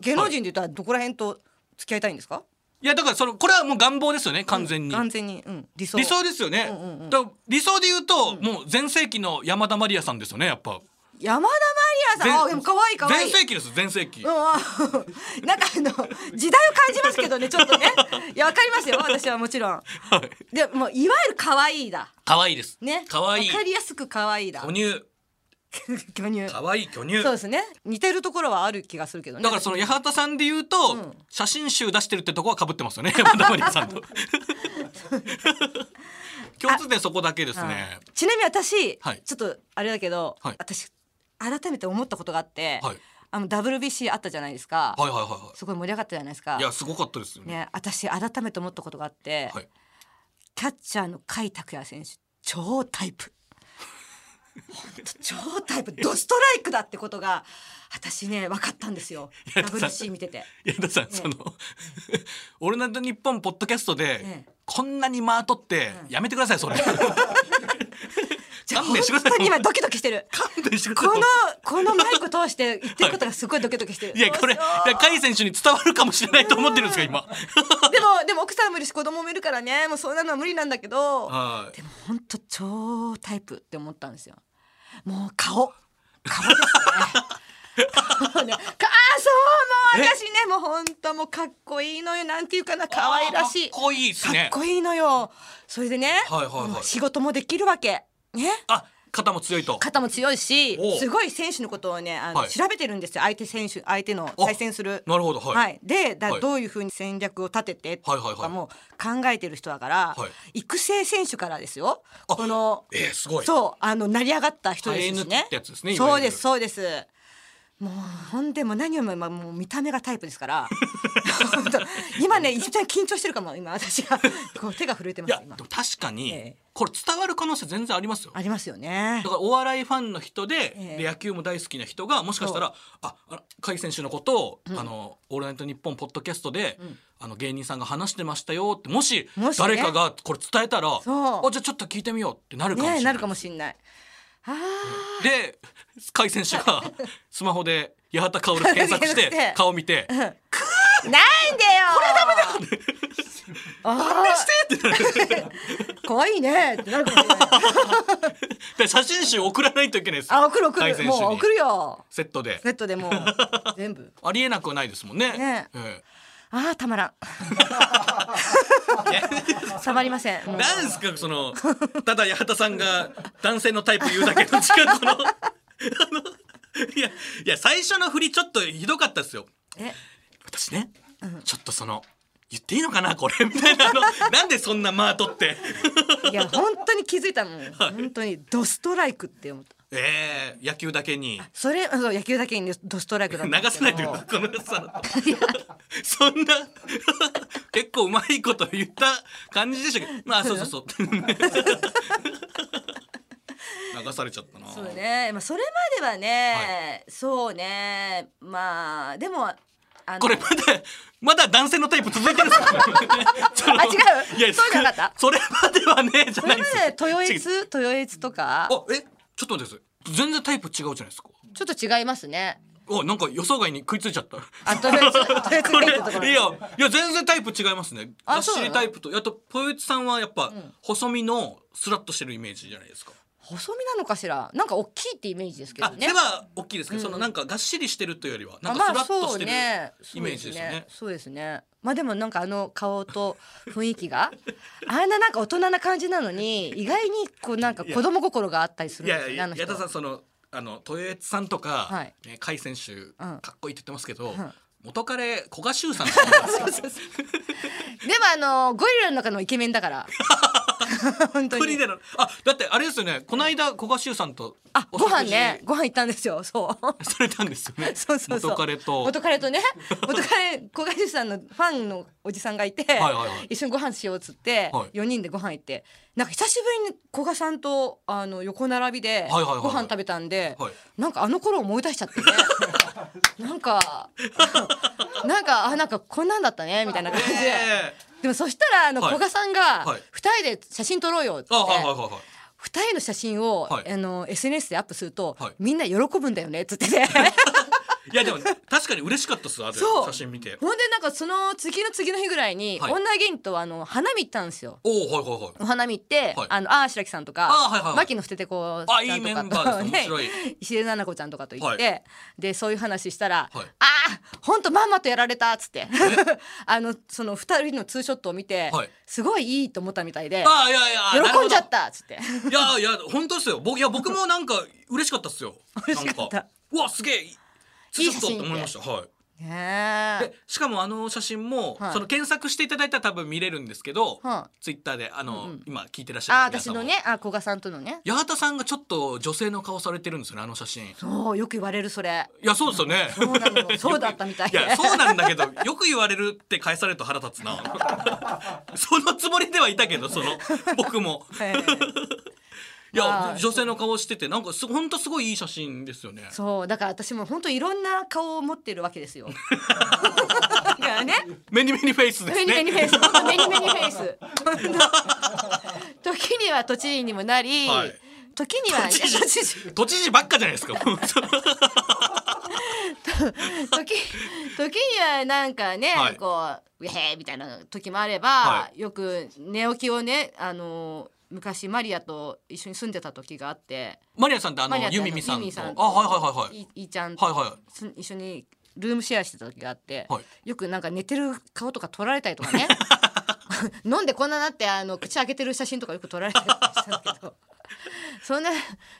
Speaker 6: 芸能人で言ったらどこら辺と付き合いたいんですか
Speaker 5: いやだからそのこれはもう願望ですよね完全に、
Speaker 6: 完全に、うん、理想
Speaker 5: 理想ですよね、
Speaker 6: うんうんうん
Speaker 5: だから理想で言うと、もう全盛期の山田まりやさんですよねやっぱ
Speaker 6: 山田まりやさ
Speaker 5: 全
Speaker 6: んあでも可愛い可愛い
Speaker 5: 全盛期です全盛期、
Speaker 6: うんうん なんかあの時代を感じますけどねちょっとねいやわかりますよ私はもちろん
Speaker 5: はい
Speaker 6: でもういわゆる可愛いだ
Speaker 5: 可愛いです
Speaker 6: ね
Speaker 5: 可愛い
Speaker 6: わかりやすく可愛いだ
Speaker 5: 巨乳
Speaker 6: 巨乳
Speaker 5: 可愛い巨乳
Speaker 6: そうですね似てるところはある気がするけどね
Speaker 5: だからその八幡さんで言うと、写真集出してるってとこは被ってますよね山田まりや さんと 共通点そこだけですね
Speaker 6: ちなみに私、
Speaker 5: はい
Speaker 6: ちょっとあれだけど、
Speaker 5: はい
Speaker 6: 私改めて思ったことがあって、
Speaker 5: はい
Speaker 6: あの WBC あったじゃないですか、
Speaker 5: はいはいはいは
Speaker 6: すごい盛り上がったじゃないですか
Speaker 5: いいやすごかったですよね
Speaker 6: ね、私改めて思ったことがあって、
Speaker 5: はい
Speaker 6: キャッチャーの甲斐拓也選手超タイプ本当超タイプドストライクだってことが私ね分かったんですよ WC 見てて
Speaker 5: 矢田さん、 その「オールナイトニッポン」ポッドキャストで、
Speaker 6: ええ
Speaker 5: こんなに間取って、やめてくださいそれ
Speaker 6: じゃあ
Speaker 5: 勘
Speaker 6: 本
Speaker 5: 弁してください
Speaker 6: 当に今ドキドキしてる
Speaker 5: 勘弁してく
Speaker 6: こ
Speaker 5: だ
Speaker 6: の
Speaker 5: さい
Speaker 6: このマイク通して言ってることがすごいドキドキしてる
Speaker 5: いやこれい
Speaker 6: どうしよう
Speaker 5: や甲斐選手に伝わるかもしれないと思ってるんですか今
Speaker 6: でもでも奥さんは無理し子供もいるからねもうそんなのは無理なんだけど
Speaker 5: は
Speaker 6: でも本当超タイプって思ったんですよもう顔顔 ですねもうねかあそうもう私ねもう本当もうかっこいいのよなんていうかな可愛ら
Speaker 5: あ
Speaker 6: しい
Speaker 5: ーかっこいいですね
Speaker 6: かっこいいのよそれでね、
Speaker 5: はいはいはい
Speaker 6: 仕事もできるわけね
Speaker 5: あ肩も強いと
Speaker 6: 肩も強いし
Speaker 5: おう
Speaker 6: すごい選手のことをねあの、
Speaker 5: はい
Speaker 6: 調べてるんですよ相手選手相手の対戦する
Speaker 5: なるほどはい、
Speaker 6: はい、でだ、
Speaker 5: はい
Speaker 6: どういうふうに戦略を立てて
Speaker 5: はいはいはい
Speaker 6: とかも考えてる人だから、
Speaker 5: は
Speaker 6: 育成選手からですよ
Speaker 5: あ
Speaker 6: この
Speaker 5: えーすごい
Speaker 6: そうあの成り上がった人ですし
Speaker 5: 生え抜き
Speaker 6: ね
Speaker 5: ってやつですねいわゆる
Speaker 6: そうですそうですもうほんでもう何よりもまあもう見た目がタイプですから 本当今ね一番緊張してるかも今私がこう手が震えてま
Speaker 5: いや
Speaker 6: す
Speaker 5: で
Speaker 6: 今
Speaker 5: も確かに、
Speaker 6: ええ
Speaker 5: これ伝わる可能性全然ありますよ
Speaker 6: ありますよね
Speaker 5: だからお笑いファンの人で,、
Speaker 6: ええ
Speaker 5: で野球も大好きな人がもしかしたらああの甲斐選手のことを、あの「オールナイトニッポン」ポッドキャストで、あの芸人さんが話してましたよってもし
Speaker 6: もしね
Speaker 5: 誰かがこれ伝えたらあじ
Speaker 6: そう
Speaker 5: ゃあちょっと聞いてみようってなるかもしれな
Speaker 6: ね
Speaker 5: い。
Speaker 6: なるかもしんないあ
Speaker 5: で甲斐選手 がスマホで八幡薫検索し
Speaker 6: 検索してて
Speaker 5: 顔見て
Speaker 6: ーなんでよこれダメだああ
Speaker 5: 「えっ!」てなる
Speaker 6: 可愛いねってなるかもしれない
Speaker 5: で写真集送らないといけないですよ
Speaker 6: あ送る送
Speaker 5: 甲斐
Speaker 6: る
Speaker 5: 選手に
Speaker 6: もう送るよ
Speaker 5: セットで
Speaker 6: セットでもう全部
Speaker 5: ありえなくはないですもんね。
Speaker 6: ね
Speaker 5: え
Speaker 6: ああたまらんたまりませんも
Speaker 5: え
Speaker 6: う
Speaker 5: なんですかそのただ八幡さんが男性のタイプ言うだけの時間このあのいやいや最初の振りちょっとひどかったですよ。
Speaker 6: え
Speaker 5: 私ね、ちょっとその言っていいのかなこれみたいなあのなんでそんな間取って。
Speaker 6: いや本当に気づいたもん本当にドストライクって思った
Speaker 5: ええ野球だけに
Speaker 6: それそう野球だけにドストライクだったん
Speaker 5: 流
Speaker 6: です
Speaker 5: さ
Speaker 6: け
Speaker 5: な
Speaker 6: ど
Speaker 5: いでくださいこのさそんな結構うまいこと言った感じでしたけどまあそうそう そう流されちゃったな
Speaker 6: そうねまあそれまではね、そうねまあでもあの
Speaker 5: これまだ まだ男性のタイプ続い てるんですかその
Speaker 6: あ違 う
Speaker 5: いや
Speaker 6: そうじゃなかった
Speaker 5: それまではねじゃ
Speaker 6: そ
Speaker 5: な
Speaker 6: れ
Speaker 5: い
Speaker 6: ま
Speaker 5: です
Speaker 6: で豊
Speaker 5: 違う
Speaker 6: 悦豊悦とか
Speaker 5: あえちょっと待ってください全然タイプ違うじゃないですか
Speaker 6: ちょっと違いますね
Speaker 5: おなんか予想外に食いついちゃった
Speaker 6: あ豊悦豊悦
Speaker 5: これい
Speaker 6: ベッドとか
Speaker 5: やいや全然タイプ違いますねが
Speaker 6: あ
Speaker 5: っし
Speaker 6: そうな
Speaker 5: り
Speaker 6: の
Speaker 5: タイプとあとポイツさんはやっぱ細身のスラッとしてるイメージじゃないですか、
Speaker 6: 細身なのかしらなんか大きいってイメージですけど
Speaker 5: あ
Speaker 6: ね
Speaker 5: 手は大きいですけど、そのなんかがっしりしてるというよりはなんかスラッとしてるイメージですよね,、
Speaker 6: そうですね。まあでもなんかあの顔と雰囲気があんななんか大人な感じなのに意外にこうなんか子供心があったりするん
Speaker 5: い
Speaker 6: です
Speaker 5: や
Speaker 6: よ
Speaker 5: い
Speaker 6: ねあ
Speaker 5: や
Speaker 6: の
Speaker 5: 矢
Speaker 6: 人
Speaker 5: 田さんそのあの豊悦さんとか、
Speaker 6: はい
Speaker 5: ね甲斐選手かっこいいって言ってますけど、
Speaker 6: ん
Speaker 5: 元彼古賀修さんとか
Speaker 6: でもあのゴリラの中のイケメンだから本 当
Speaker 5: プリ
Speaker 6: に
Speaker 5: でのあだってあれですよねこの間古賀修さんと
Speaker 6: あ
Speaker 5: お
Speaker 6: ご
Speaker 5: 食事
Speaker 6: 飯ねご飯行ったんですよそう
Speaker 5: されたんですよね
Speaker 6: そうそうそう
Speaker 5: 元彼と
Speaker 6: 元彼とね元彼小林さんのファンのおじさんがいて
Speaker 5: いはいはい
Speaker 6: 一緒にご飯しようっつって
Speaker 5: はい
Speaker 6: 4人でご飯行ってなんか久しぶりに古賀さんとあの横並びで
Speaker 5: はいはいはい
Speaker 6: ご飯食べたんで
Speaker 5: はい
Speaker 6: なんかあの頃思い出しちゃってね なんか なんかあなんかこんなんだったねみたいな感じで
Speaker 5: ええ
Speaker 6: でもそしたらあの
Speaker 5: はい
Speaker 6: 古賀さんが
Speaker 5: はい
Speaker 6: 2人で写真撮ろうよっつって
Speaker 5: あはいはいはいはい
Speaker 6: 二人の写真を、
Speaker 5: はい
Speaker 6: あの SNS でアップすると、
Speaker 5: はい
Speaker 6: みんな喜ぶんだよねっ つってね
Speaker 5: いやでも確かに嬉しかったっすあれ
Speaker 6: そう
Speaker 5: 写真見て
Speaker 6: ほんでなんかその次の次の日ぐらいに、
Speaker 5: はい
Speaker 6: 女芸人とあの花見行ったんですよ。
Speaker 5: おおはいはいはい
Speaker 6: お花見行って、
Speaker 5: はい
Speaker 6: あのあー白木さんとか、
Speaker 5: あーはいはいはい
Speaker 6: 牧野捨ててこう
Speaker 5: あ
Speaker 6: ちゃんとか
Speaker 5: いいメンバーですね
Speaker 6: と
Speaker 5: 面白い
Speaker 6: 石出奈々子ちゃんとかと行って、
Speaker 5: は
Speaker 6: でそういう話したら「
Speaker 5: はい
Speaker 6: ああ本当まんまとやられた」っつって あのその二人のツーショットを見て、
Speaker 5: はい
Speaker 6: すごいいいと思ったみたいで
Speaker 5: ああいやいや
Speaker 6: 喜んじゃったたっつって。
Speaker 5: いやいや本当ですよ僕いや僕もなんか嬉しかったっすよ
Speaker 6: 嬉しかった
Speaker 5: なんうわすげえ
Speaker 6: いい写真
Speaker 5: ちょっとって思いましたはい
Speaker 6: ねえ
Speaker 5: でしかもあの写真も、
Speaker 6: はい
Speaker 5: その検索していただいたら多分見れるんですけど、
Speaker 6: は
Speaker 5: ツイッターであの、
Speaker 6: うんうん
Speaker 5: 今聞いてらっし
Speaker 6: あ、あ
Speaker 5: ゃる皆
Speaker 6: 私
Speaker 5: さんも
Speaker 6: のねあ古賀さんとのね
Speaker 5: 八幡さんがちょっと女性の顔されてるんですよねあの写真い
Speaker 6: そうよく言われるそれ
Speaker 5: やそう ですよ ね
Speaker 6: そうなのそうだったみたい
Speaker 5: いやそうなんだけどよく言われるって返されると腹立つな そのつもりではいたけどその僕も
Speaker 6: ええ
Speaker 5: いや、
Speaker 6: まあ
Speaker 5: 女性の顔しててなんかす本当すごいいい写真ですよね
Speaker 6: そうだから私も本当いろんな顔を持ってるわけですよだからね
Speaker 5: メニメニフェイスです
Speaker 6: メニメニ
Speaker 5: ね
Speaker 6: フェイス本当メニメニフェイス本当時には都知事にもなり、
Speaker 5: はい
Speaker 6: 時には
Speaker 5: 都知事
Speaker 6: 都知事
Speaker 5: 都知事ばっかじゃないですか
Speaker 6: 時時にはなんかね、
Speaker 5: はい
Speaker 6: こう「ウェヘー」みたいな時もあれば、
Speaker 5: は
Speaker 6: よく寝起きをねあの昔マリアと一緒に住んでた時があって
Speaker 5: マリアさんってあの
Speaker 6: マリアって
Speaker 5: ユミミさん
Speaker 6: ユ
Speaker 5: と
Speaker 6: ミさんと
Speaker 5: あはいはいはいはい
Speaker 6: いいいちゃんと
Speaker 5: はいは
Speaker 6: す一緒にルームシェアしてた時があって、
Speaker 5: はい
Speaker 6: よくなんか寝てる顔とか撮られたりとか ね飲んでこんななってあの口開けてる写真とかよく撮られたりとかしたんだ けどそんな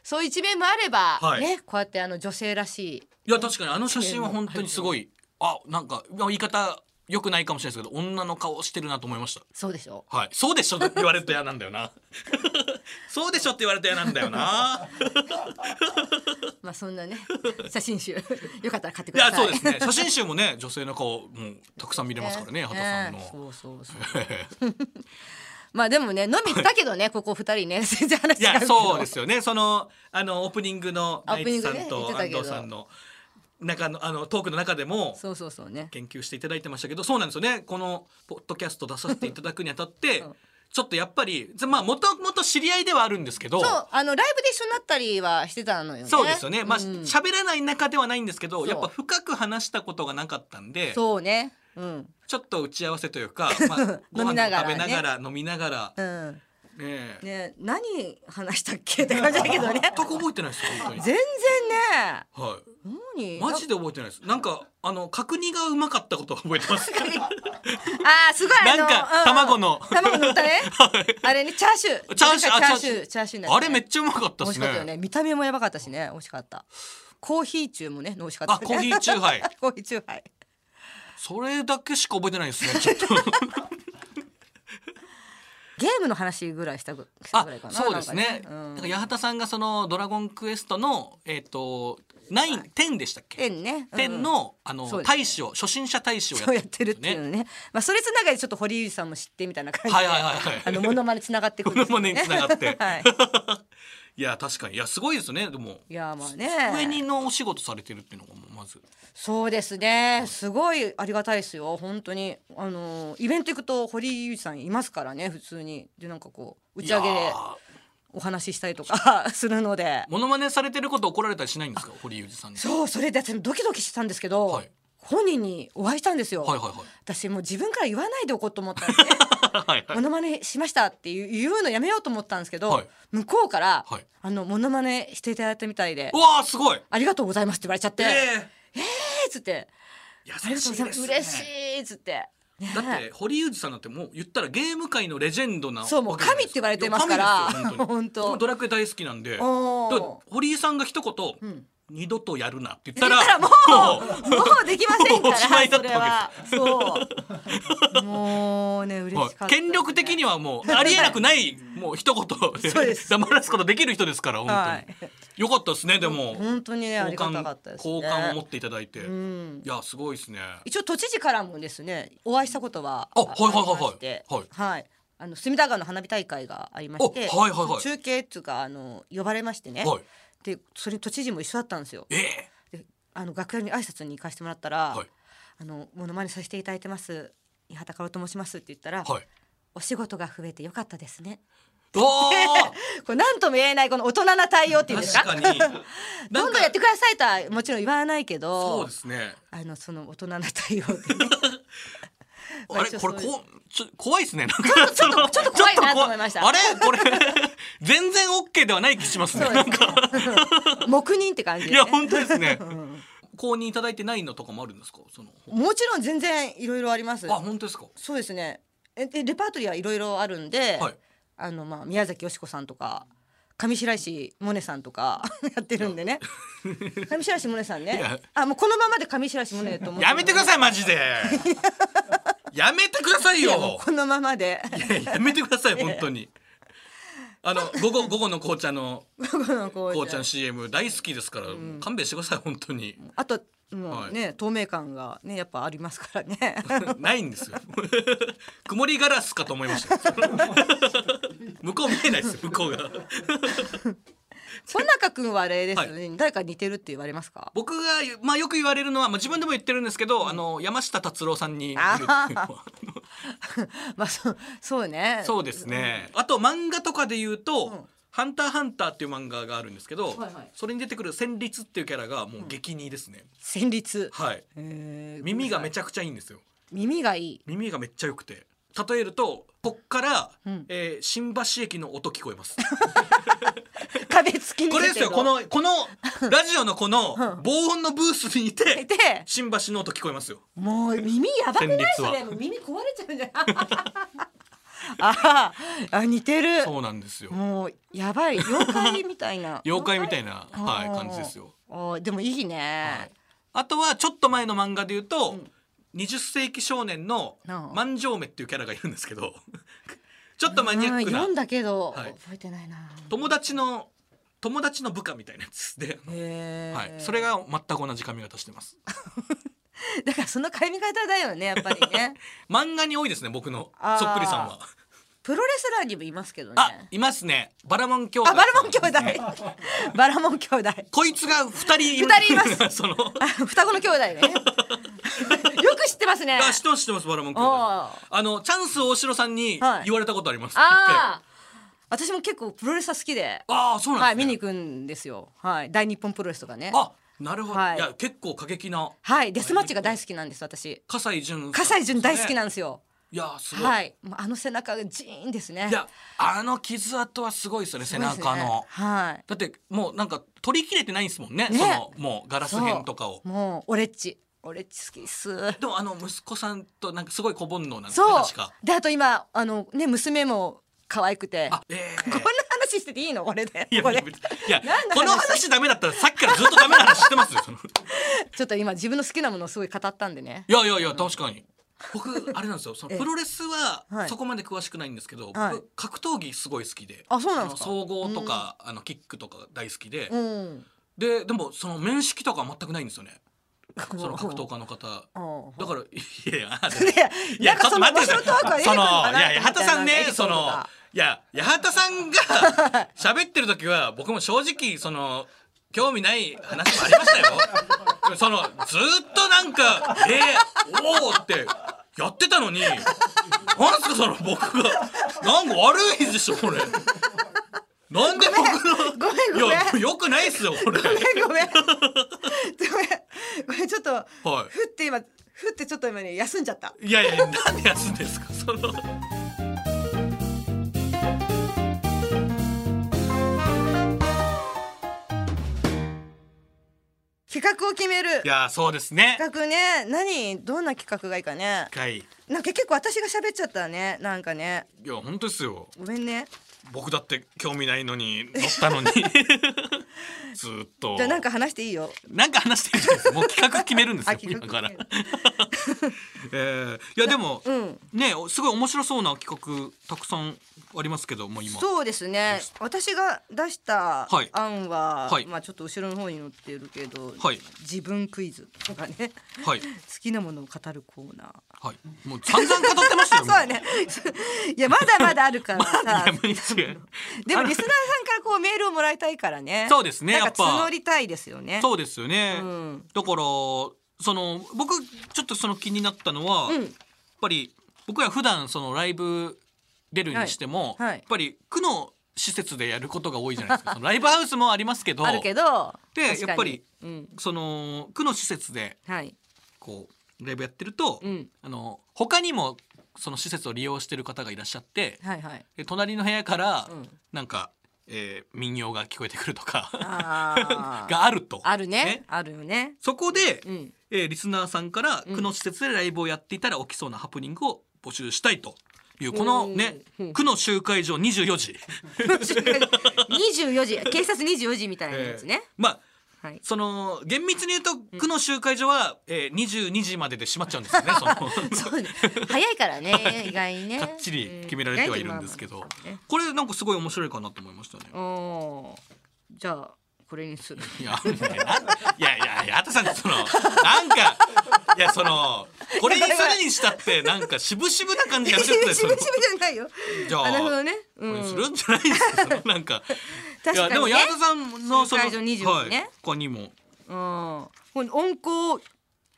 Speaker 6: そういう一面もあれば、
Speaker 5: はい
Speaker 6: ねこうやってあの女性らしい
Speaker 5: いいや確かにあの写真は本当にすごいあなんかまあ言い方良くないかもしれないですけど女の顔してるなと思いました
Speaker 6: そうでしょ
Speaker 5: はい、そうでしょって言われると嫌なんだよな。そうでしょって言われると嫌なんだよ な。
Speaker 6: まあそんなね 写真集よかったら買って
Speaker 5: い
Speaker 6: くだ
Speaker 5: や、
Speaker 6: さい。
Speaker 5: そうですね。写真集もね、女性の顔、もうたくさん見れますからね、畑さん
Speaker 6: ね
Speaker 5: の。
Speaker 6: そうそうそう。まあでもね飲み行ったけどねここ二人ね全然 話
Speaker 5: い
Speaker 6: 違う
Speaker 5: や、
Speaker 6: けど。
Speaker 5: そうですよね。その、あのオープニングの
Speaker 6: オ
Speaker 5: ナ
Speaker 6: ー
Speaker 5: イ
Speaker 6: プニン
Speaker 5: ツ
Speaker 6: グ
Speaker 5: さ
Speaker 6: ね
Speaker 5: んと
Speaker 6: 言ってた
Speaker 5: 安
Speaker 6: けど
Speaker 5: 藤さんの。中の、あのトークの中でも。
Speaker 6: そうそうそうね。
Speaker 5: 研究していただいてましたけど、そうなんですよね。このポッドキャスト出させていただくにあた って
Speaker 6: うん。
Speaker 5: ちょっとやっぱり、ずまあ、もともと知り合いではあるんですけど。
Speaker 6: そうあのライブで一緒になったりはしてたのよね。
Speaker 5: そうですよね。まあ、
Speaker 6: うん
Speaker 5: 喋らない中ではないんですけ
Speaker 6: そ
Speaker 5: ど、
Speaker 6: う
Speaker 5: やっぱ深く話したことがなかったんで。
Speaker 6: そうね。うん
Speaker 5: ちょっと打ち合わせという か、まあ、ご
Speaker 6: 飲
Speaker 5: 飯
Speaker 6: みなが
Speaker 5: 食
Speaker 6: らね
Speaker 5: べながら飲みながら、
Speaker 6: うん
Speaker 5: ねえ、
Speaker 6: ね何話したっけって感じだけどね。
Speaker 5: 全く覚えてないですよ本当に
Speaker 6: 全。然ね
Speaker 5: は
Speaker 6: 何
Speaker 5: い、マジで覚えてないです。なんかあの角煮がうまかったことは覚えてます。
Speaker 6: あーすごいあの
Speaker 5: なんか
Speaker 6: う
Speaker 5: 卵の
Speaker 6: 卵の歌ねあれねチャーシュー
Speaker 5: チャーシュー
Speaker 6: チャ
Speaker 5: あ
Speaker 6: ーシューチャーシューのやつね
Speaker 5: あれめっちゃうまかったで
Speaker 6: 美味
Speaker 5: す
Speaker 6: しかったよ
Speaker 5: ね。
Speaker 6: ね見た目もやばかったしね美味しかったコーヒー中もね美味しかった、ね、
Speaker 5: あコーヒーチューハイ
Speaker 6: コーヒーチューハイ
Speaker 5: それだけしか覚えてないですね。ちょっと
Speaker 6: ゲームの話ぐらいしたぐした
Speaker 5: あ
Speaker 6: ぐらいかな
Speaker 5: そうですね。
Speaker 6: な
Speaker 5: なんん
Speaker 6: か
Speaker 5: か
Speaker 6: ね
Speaker 5: 八幡さんがそのドラゴンクエストのえっ、とナイン10でしたっ
Speaker 6: う
Speaker 5: け？
Speaker 6: ん、ね
Speaker 5: 10
Speaker 6: うん
Speaker 5: のあの、
Speaker 6: そうですね
Speaker 5: 大使を初心者大使を
Speaker 6: そう
Speaker 5: や
Speaker 6: や
Speaker 5: っ
Speaker 6: ってて
Speaker 5: るん
Speaker 6: るっ
Speaker 5: です
Speaker 6: てい
Speaker 5: ね。
Speaker 6: うねまあそれつながりでちょっと堀内さんも知ってみたいな感じ
Speaker 5: は
Speaker 6: で
Speaker 5: いはいはいはい。
Speaker 6: あのモノマネつながってく
Speaker 5: こ
Speaker 6: る
Speaker 5: の
Speaker 6: んですよ
Speaker 5: モネ
Speaker 6: ね
Speaker 5: につながって。
Speaker 6: はい、
Speaker 5: いや確かにいやすごいですよねでも
Speaker 6: いやまあね
Speaker 5: 上にのお仕事されてるっていうのがもうまず
Speaker 6: そうですねすごいありがたいですよ本当にあのイベント行くと堀井さんいますからね普通にでなんかこう打ち上げ
Speaker 5: い
Speaker 6: で
Speaker 5: やー
Speaker 6: お話ししたりとか するので
Speaker 5: モノマネされてること怒られたりしないんですか堀井裕二さんに
Speaker 6: そうそれで私もドキドキしてたんですけど、
Speaker 5: はい
Speaker 6: 本人にお会いしたんですよ、
Speaker 5: はいはい
Speaker 6: 私もう自分から言わないでおこうと 思ったんで
Speaker 5: はいはい
Speaker 6: 「モノマネしました」っていう言うのやめようと思ったんですけど、
Speaker 5: はい
Speaker 6: 向こうから、
Speaker 5: はい
Speaker 6: あの「モノマネしていただいたみたいで
Speaker 5: うわーすごい
Speaker 6: ありがとうございます」って言われちゃって「
Speaker 5: え
Speaker 6: え
Speaker 5: え
Speaker 6: っ?」つって「あり
Speaker 5: 優
Speaker 6: がと
Speaker 5: し
Speaker 6: う
Speaker 5: い
Speaker 6: ご
Speaker 5: で
Speaker 6: ざいますす
Speaker 5: ね
Speaker 6: 嬉しい」っつって。ね
Speaker 5: だって堀井裕二さんなんてもう言ったらゲーム界のレジェンドな
Speaker 6: そうもう
Speaker 5: わけじゃな
Speaker 6: 神
Speaker 5: い
Speaker 6: っ
Speaker 5: です
Speaker 6: て言われてますから
Speaker 5: いや神ですよ本当
Speaker 6: 本当
Speaker 5: 僕ドラクエ大好きなんでだ
Speaker 6: おー
Speaker 5: から堀井さんが一言、
Speaker 6: ん
Speaker 5: 二度とやるなって言っ
Speaker 6: 言
Speaker 5: た
Speaker 6: っ
Speaker 5: ら
Speaker 6: たらもうもうできません
Speaker 5: もう
Speaker 6: か
Speaker 5: おしま
Speaker 6: ら
Speaker 5: いだっ
Speaker 6: それ
Speaker 5: たわ
Speaker 6: はそうも うね嬉しかっ
Speaker 5: は
Speaker 6: た
Speaker 5: い
Speaker 6: ですね
Speaker 5: 権力的にはもうありえなくないもう一言で
Speaker 6: そうです
Speaker 5: 黙らすことできる人ですから本当に、
Speaker 6: はい
Speaker 5: よかったですねでも
Speaker 6: 本当にねあり
Speaker 5: 好
Speaker 6: がた
Speaker 5: 感
Speaker 6: かったですね
Speaker 5: 好感を持っていただいて、
Speaker 6: うん
Speaker 5: いやすごいですね
Speaker 6: 一応都知事からもですねお会いしたことは
Speaker 5: あ
Speaker 6: あ
Speaker 5: はいはいはいはい
Speaker 6: ありまして
Speaker 5: はい
Speaker 6: あの隅田川の花火大会がありまして、
Speaker 5: おはいはいはい
Speaker 6: 中継っていうかあの呼ばれましてね、
Speaker 5: はい
Speaker 6: でそれに都知事も一緒だったんですよ
Speaker 5: ええ
Speaker 6: あの楽屋に挨拶に行かせてもらったら「
Speaker 5: はい
Speaker 6: あのモノマネさせていただいてます伊畑かおと申します」って言ったら、
Speaker 5: はい
Speaker 6: お仕事が増えてよかったですね。
Speaker 5: あ
Speaker 6: これ何とも言えないこの大人な対応 っていうんです
Speaker 5: ー
Speaker 6: か。
Speaker 5: 確かに
Speaker 6: どんどんやってくださいとはもちろん言わないけ
Speaker 5: そう
Speaker 6: ど
Speaker 5: で、すね
Speaker 6: あのその大人な対応でね。ま
Speaker 5: あ
Speaker 6: あ
Speaker 5: れ
Speaker 6: 一応
Speaker 5: これ
Speaker 6: そういう
Speaker 5: こうちょ怖いですねなんか
Speaker 6: ちょっとちょっと怖いなと思いました
Speaker 5: あれこれ 全然オッケーではない気しますね
Speaker 6: そう
Speaker 5: な
Speaker 6: で
Speaker 5: ん
Speaker 6: すね
Speaker 5: か
Speaker 6: 黙認って感じ
Speaker 5: い
Speaker 6: で、
Speaker 5: や
Speaker 6: ね。
Speaker 5: 本当ですね
Speaker 6: ん
Speaker 5: 公認いただいてないのとかもあるんですかその
Speaker 6: もちろん全然いろいろあります
Speaker 5: あ。本当ですか
Speaker 6: そうですね。えでレパートリーはいろいろあるんで、
Speaker 5: はい
Speaker 6: あのまあ宮崎美子さんとか上白石萌音さんとか やってるん でね上白石萌音さんね
Speaker 5: や
Speaker 6: あもうこのままで上白石萌音と思って
Speaker 5: やめてくださいマジでやめてください
Speaker 6: いやも
Speaker 5: よ
Speaker 6: うこのままで
Speaker 5: やめてください本当にあの午後午後の紅茶の
Speaker 6: この こう
Speaker 5: 紅茶の CM 大好きですから勘弁してください本当に
Speaker 6: あともうね、透明感がねやっぱありますからね
Speaker 5: ないんですよ曇りガラスかと思いま した向こう見えないですよ向こうが
Speaker 6: 小中君はあれですよね、誰か似てるって言われますか
Speaker 5: 僕が、まあ、よく言われるのは、まあ、自分でも言ってるんですけど、あの山下達郎さんに似てるっていうのは
Speaker 6: まあそうそうね
Speaker 5: そうですね、あと漫画とかで言うと、
Speaker 6: ん
Speaker 5: ハンターハンターっていう漫画があるんですけど、
Speaker 6: はいはい
Speaker 5: それに出てくる戦律っていうキャラがもう激似ですね、
Speaker 6: 戦慄、
Speaker 5: はい
Speaker 6: えー
Speaker 5: 耳がめちゃくちゃいいんですよ
Speaker 6: 耳がいい
Speaker 5: 耳がめっちゃ良くて例えるとこっから、
Speaker 6: ん
Speaker 5: えー新橋駅の音聞こえます
Speaker 6: 壁付きに
Speaker 5: これですよこのこ のラジオのこの防音のブースにいて
Speaker 6: で
Speaker 5: 新橋の音聞こえますよ
Speaker 6: もう耳やばくないそれ
Speaker 5: 旋律は
Speaker 6: もう耳壊れちゃう んじゃないあーあ似てる
Speaker 5: そうなんですよ
Speaker 6: もうやばい妖怪みたいな
Speaker 5: 妖怪みたいな、はい、
Speaker 6: あー
Speaker 5: 感じですよ
Speaker 6: おーでもいいね、
Speaker 5: あとはちょっと前の漫画で言うと、20世紀少年の万丈目っていうキャラがいるんですけど ちょっとマニアック
Speaker 6: うん
Speaker 5: な
Speaker 6: 読んだけど、
Speaker 5: はい
Speaker 6: 覚えてないな
Speaker 5: 友達の友達の部下みたいなやつで、
Speaker 6: へー
Speaker 5: はい、それが全く同じ髪型してます
Speaker 6: だからその髪型だよねやっぱり ね
Speaker 5: 漫画に多いですね僕の
Speaker 6: あー
Speaker 5: そっくりさんは
Speaker 6: プロレスラーにもいますけどね
Speaker 5: あいますねバラモン兄弟
Speaker 6: あバラモン兄弟 バラモン兄弟
Speaker 5: こいつが二人いる
Speaker 6: 二人います
Speaker 5: その
Speaker 6: あ双子の兄弟ね よく知ってますね
Speaker 5: あ知ってます知ってますバラモン兄弟
Speaker 6: あー
Speaker 5: あのチャンス大城さんに
Speaker 6: はい
Speaker 5: 言われたことあります、
Speaker 6: ああ私も結構プロレスは好きで
Speaker 5: ああそうなんですね、
Speaker 6: はい、見に行くんですよ。はい、大日本プロレスとかね。
Speaker 5: あなるほど、
Speaker 6: はい
Speaker 5: い、や結構過激な
Speaker 6: はい、デスマッチが大好きなんです、私。
Speaker 5: 葛西潤
Speaker 6: 葛西潤大好きなん
Speaker 5: んですね
Speaker 6: ですよ。
Speaker 5: いやすごい、、
Speaker 6: はいい、もうあの背中がジーンですね。
Speaker 5: やあの傷跡はすごいですよね
Speaker 6: そ
Speaker 5: 背
Speaker 6: うですね
Speaker 5: 中の、
Speaker 6: はい。
Speaker 5: だってもうなんか取り切れてないんですもんね
Speaker 6: ね
Speaker 5: そのもうガラス片とかを
Speaker 6: そうもう、オレッチ。オレッチ好きっす。
Speaker 5: でもあの息子さんとなんかすごい小煩悩なんですね
Speaker 6: そう
Speaker 5: 確か。
Speaker 6: で、あと今、あの、ね、娘も可愛くて。
Speaker 5: あえー
Speaker 6: こんな話してていいの、これで。
Speaker 5: いや
Speaker 6: これ。
Speaker 5: いや
Speaker 6: 何の話
Speaker 5: この話ダメだったらさっきからずっとダメな話してますよその
Speaker 6: ちょっと今、自分の好きなものをすごい語ったんでね。
Speaker 5: いやいやいや確かに僕あれなんですよその
Speaker 6: え
Speaker 5: プロレスは
Speaker 6: はい
Speaker 5: そこまで詳しくないんですけど、
Speaker 6: はい
Speaker 5: 僕格闘技すごい好きで
Speaker 6: あそうなんですか
Speaker 5: あの総合とか、あのキックとか大好きで、
Speaker 6: うん。
Speaker 5: ででもその面識とか全くないんですよねそ
Speaker 6: そ
Speaker 5: の格闘家の方
Speaker 6: うん。
Speaker 5: だからいやいや
Speaker 6: いや、なんかその面白トークは出て
Speaker 5: そ
Speaker 6: くる
Speaker 5: の
Speaker 6: のか
Speaker 5: い
Speaker 6: な
Speaker 5: や八幡さんね
Speaker 6: みたいなエピソ
Speaker 5: そ
Speaker 6: ード
Speaker 5: の
Speaker 6: が
Speaker 5: いや八幡さ んが喋ってる時は僕も正直その興味ない話もありましたよ でもそのずっとなんか「えー、おお」ってやってたのになんすかその僕がなんか悪いでしょこれなんで僕の
Speaker 6: ごめんごめん
Speaker 5: いやよくないっすよこれはい
Speaker 6: ごめん。ごめん。ごめん、ちょっと、ふって今、ふってちょっと今ね、休んじゃった。
Speaker 5: いやいやなんで休んでんですかその
Speaker 6: 企画を決める
Speaker 5: い。やそうですね
Speaker 6: 企画ね、何、どんな企画がいいかね。
Speaker 5: はい
Speaker 6: なんか結構私が喋っちゃったらね、なんかね、
Speaker 5: いや本当ですよ
Speaker 6: ごめんね。
Speaker 5: 僕だって興味ないのに乗った のにずーっと
Speaker 6: じゃあなんか話していいよ。
Speaker 5: なんか話してるんですよもう企画決めるんです
Speaker 6: あ
Speaker 5: よ
Speaker 6: 企
Speaker 5: 今か
Speaker 6: 画
Speaker 5: ら、 えーいやでも、
Speaker 6: うん。
Speaker 5: ねすごい面白そうな企画たくさんありますけどもう今
Speaker 6: そうですね。私が出した
Speaker 5: はい
Speaker 6: 案は、
Speaker 5: はい
Speaker 6: まあちょっと後ろの方に載ってるけど、
Speaker 5: はい
Speaker 6: 自分クイズとかね、
Speaker 5: はい
Speaker 6: 好きなものを語るコーナー。
Speaker 5: はいもう散々語ってましたよ
Speaker 6: そうだね。いやまだまだあるからさ。
Speaker 5: もういや無理違う
Speaker 6: でもリスナーさんからこうメールをもらいたいからね。
Speaker 5: そうですね
Speaker 6: なんか
Speaker 5: やっぱ
Speaker 6: 募りたいですよね。
Speaker 5: そうですよね、
Speaker 6: うん
Speaker 5: だからその僕ちょっとその気になったのは、
Speaker 6: う
Speaker 5: やっ
Speaker 6: ん。
Speaker 5: ぱり僕ら普段そのライブ出るにしても、
Speaker 6: はいはい
Speaker 5: やっぱり区の施設でやることが多いじゃない ですかそのライブハウスもありますけど
Speaker 6: あるけど。
Speaker 5: で
Speaker 6: 確かに
Speaker 5: やっぱり。
Speaker 6: うん。
Speaker 5: その区の施設で
Speaker 6: はい。
Speaker 5: こうライブやってると、
Speaker 6: うん。
Speaker 5: あの他にもその施設を利用してる方がいらっしゃって
Speaker 6: はいはい。
Speaker 5: で隣の部屋から
Speaker 6: うん
Speaker 5: なんか、えー民謡が聞こえてくるとか
Speaker 6: ああ。
Speaker 5: があると
Speaker 6: あるね。あるよね。
Speaker 5: そこで、
Speaker 6: うん。
Speaker 5: えーリスナーさんから
Speaker 6: うん
Speaker 5: 区の施設でライブをやっていたら起きそうなハプニングを募集したいというこのね区の集会所24時、
Speaker 6: 24時警察24時みたいなやつね、
Speaker 5: まあ
Speaker 6: はい
Speaker 5: その厳密に言うと区の集会所は、えー、22時までで閉まっちゃうんですよ ね。その
Speaker 6: そうね早いからね意外にね
Speaker 5: かっちり決められてはいるんですけど、
Speaker 6: うんね
Speaker 5: これなんかすごい面白いかなと思いま したね。
Speaker 6: おーじゃあこれにする
Speaker 5: いや、いやいやいや、あたさん、その、なんか、いや、その、これにするにしたって、なんか渋々な感じがしちゃったりす
Speaker 6: 渋
Speaker 5: る
Speaker 6: 々じゃないよ
Speaker 5: じゃあ、
Speaker 6: あなるほど
Speaker 5: こ
Speaker 6: ね、う
Speaker 5: れ
Speaker 6: ん、
Speaker 5: するんじゃないですか、そのなんか。い
Speaker 6: 確
Speaker 5: や、
Speaker 6: か
Speaker 5: で
Speaker 6: に
Speaker 5: も、
Speaker 6: ね
Speaker 5: 矢田さんの、その、
Speaker 6: 集会所20にね
Speaker 5: はい他にも、
Speaker 6: うんこの温厚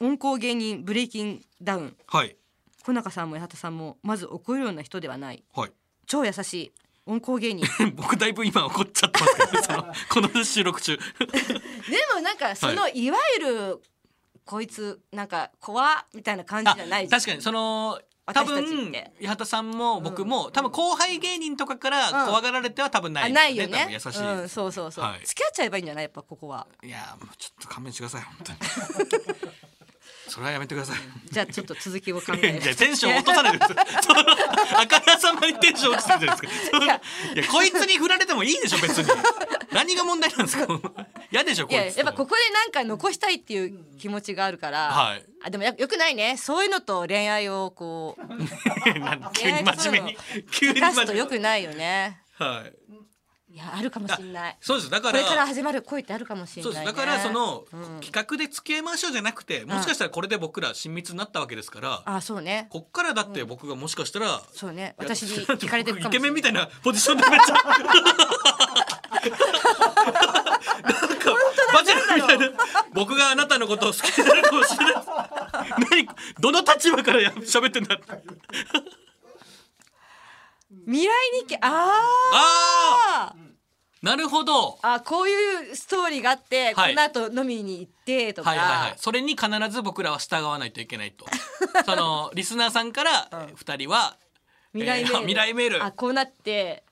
Speaker 6: 温厚芸人ブレイキンダウン
Speaker 5: はい、
Speaker 6: 小中さんも八幡さんもまず怒るような人ではない
Speaker 5: はい。
Speaker 6: 超優しい温厚芸人
Speaker 5: 僕、だいぶ今怒っちゃってますけど、そ の、この収録中。
Speaker 6: でもなんかその、い、わゆるこいつなんか怖っみたいな感じ
Speaker 5: あ
Speaker 6: じゃない
Speaker 5: 確かにその多
Speaker 6: 私たちっ
Speaker 5: 分
Speaker 6: て
Speaker 5: 八幡さんも僕も、多分後輩芸人とかから
Speaker 6: うん
Speaker 5: 怖がられては多分な
Speaker 6: あ
Speaker 5: い、
Speaker 6: ないよね
Speaker 5: 多分優しい、
Speaker 6: うん、そうそうそう、
Speaker 5: はい
Speaker 6: 付き合っちゃえばいいんじゃないやっぱここはい
Speaker 5: やもうちょっと勘弁してください本 当にそれはやめてください
Speaker 6: じゃあちょっと続きを考
Speaker 5: いや
Speaker 6: え
Speaker 5: い
Speaker 6: る
Speaker 5: やテンション落とさないでくださいそのあからさまにテンション落ちてるじゃないですかそのいやこいつに振られてもいいでしょ別に何が問題なんです か嫌でしょこ
Speaker 6: い
Speaker 5: い
Speaker 6: や
Speaker 5: つ
Speaker 6: やっぱここでなんか残したいっていう気持ちがあるから、
Speaker 5: はい
Speaker 6: あでもよよくないねそういうのと恋愛をこう
Speaker 5: なん急に真面目に 急に
Speaker 6: 出す
Speaker 5: 真面
Speaker 6: と
Speaker 5: 目
Speaker 6: よ
Speaker 5: に
Speaker 6: くないよね
Speaker 5: はい
Speaker 6: いやあるかもしんない
Speaker 5: そうですだ
Speaker 6: こ
Speaker 5: か
Speaker 6: れから
Speaker 5: ら
Speaker 6: 始まる恋ってあるかもしれな
Speaker 5: そ
Speaker 6: いうね、
Speaker 5: ですだからその、
Speaker 6: うん
Speaker 5: 企画で付き合いましょうじゃなくてもしかしたらこれで僕ら親密になったわけですから、
Speaker 6: あそうね
Speaker 5: こっからだって僕がもしかしたら、
Speaker 6: そうね
Speaker 5: いや
Speaker 6: 私に聞かれてるかもしれない
Speaker 5: イケメンみたいなポジションでめっちゃなんかバチェラーみたいな僕があなたのことを好きになるかもしれない何どの立場からや喋ってんだって
Speaker 6: 未来日記あ
Speaker 5: ああ
Speaker 6: あ
Speaker 5: なるほど
Speaker 6: あこういうストーリーがあって、
Speaker 5: はい
Speaker 6: この後飲みに行ってとか、
Speaker 5: はいはいはい、それに必ず僕らは従わないといけ ないとそのリスナーさんからえー二人は、
Speaker 6: 未来メール、
Speaker 5: えー未来メール
Speaker 6: あこうなって、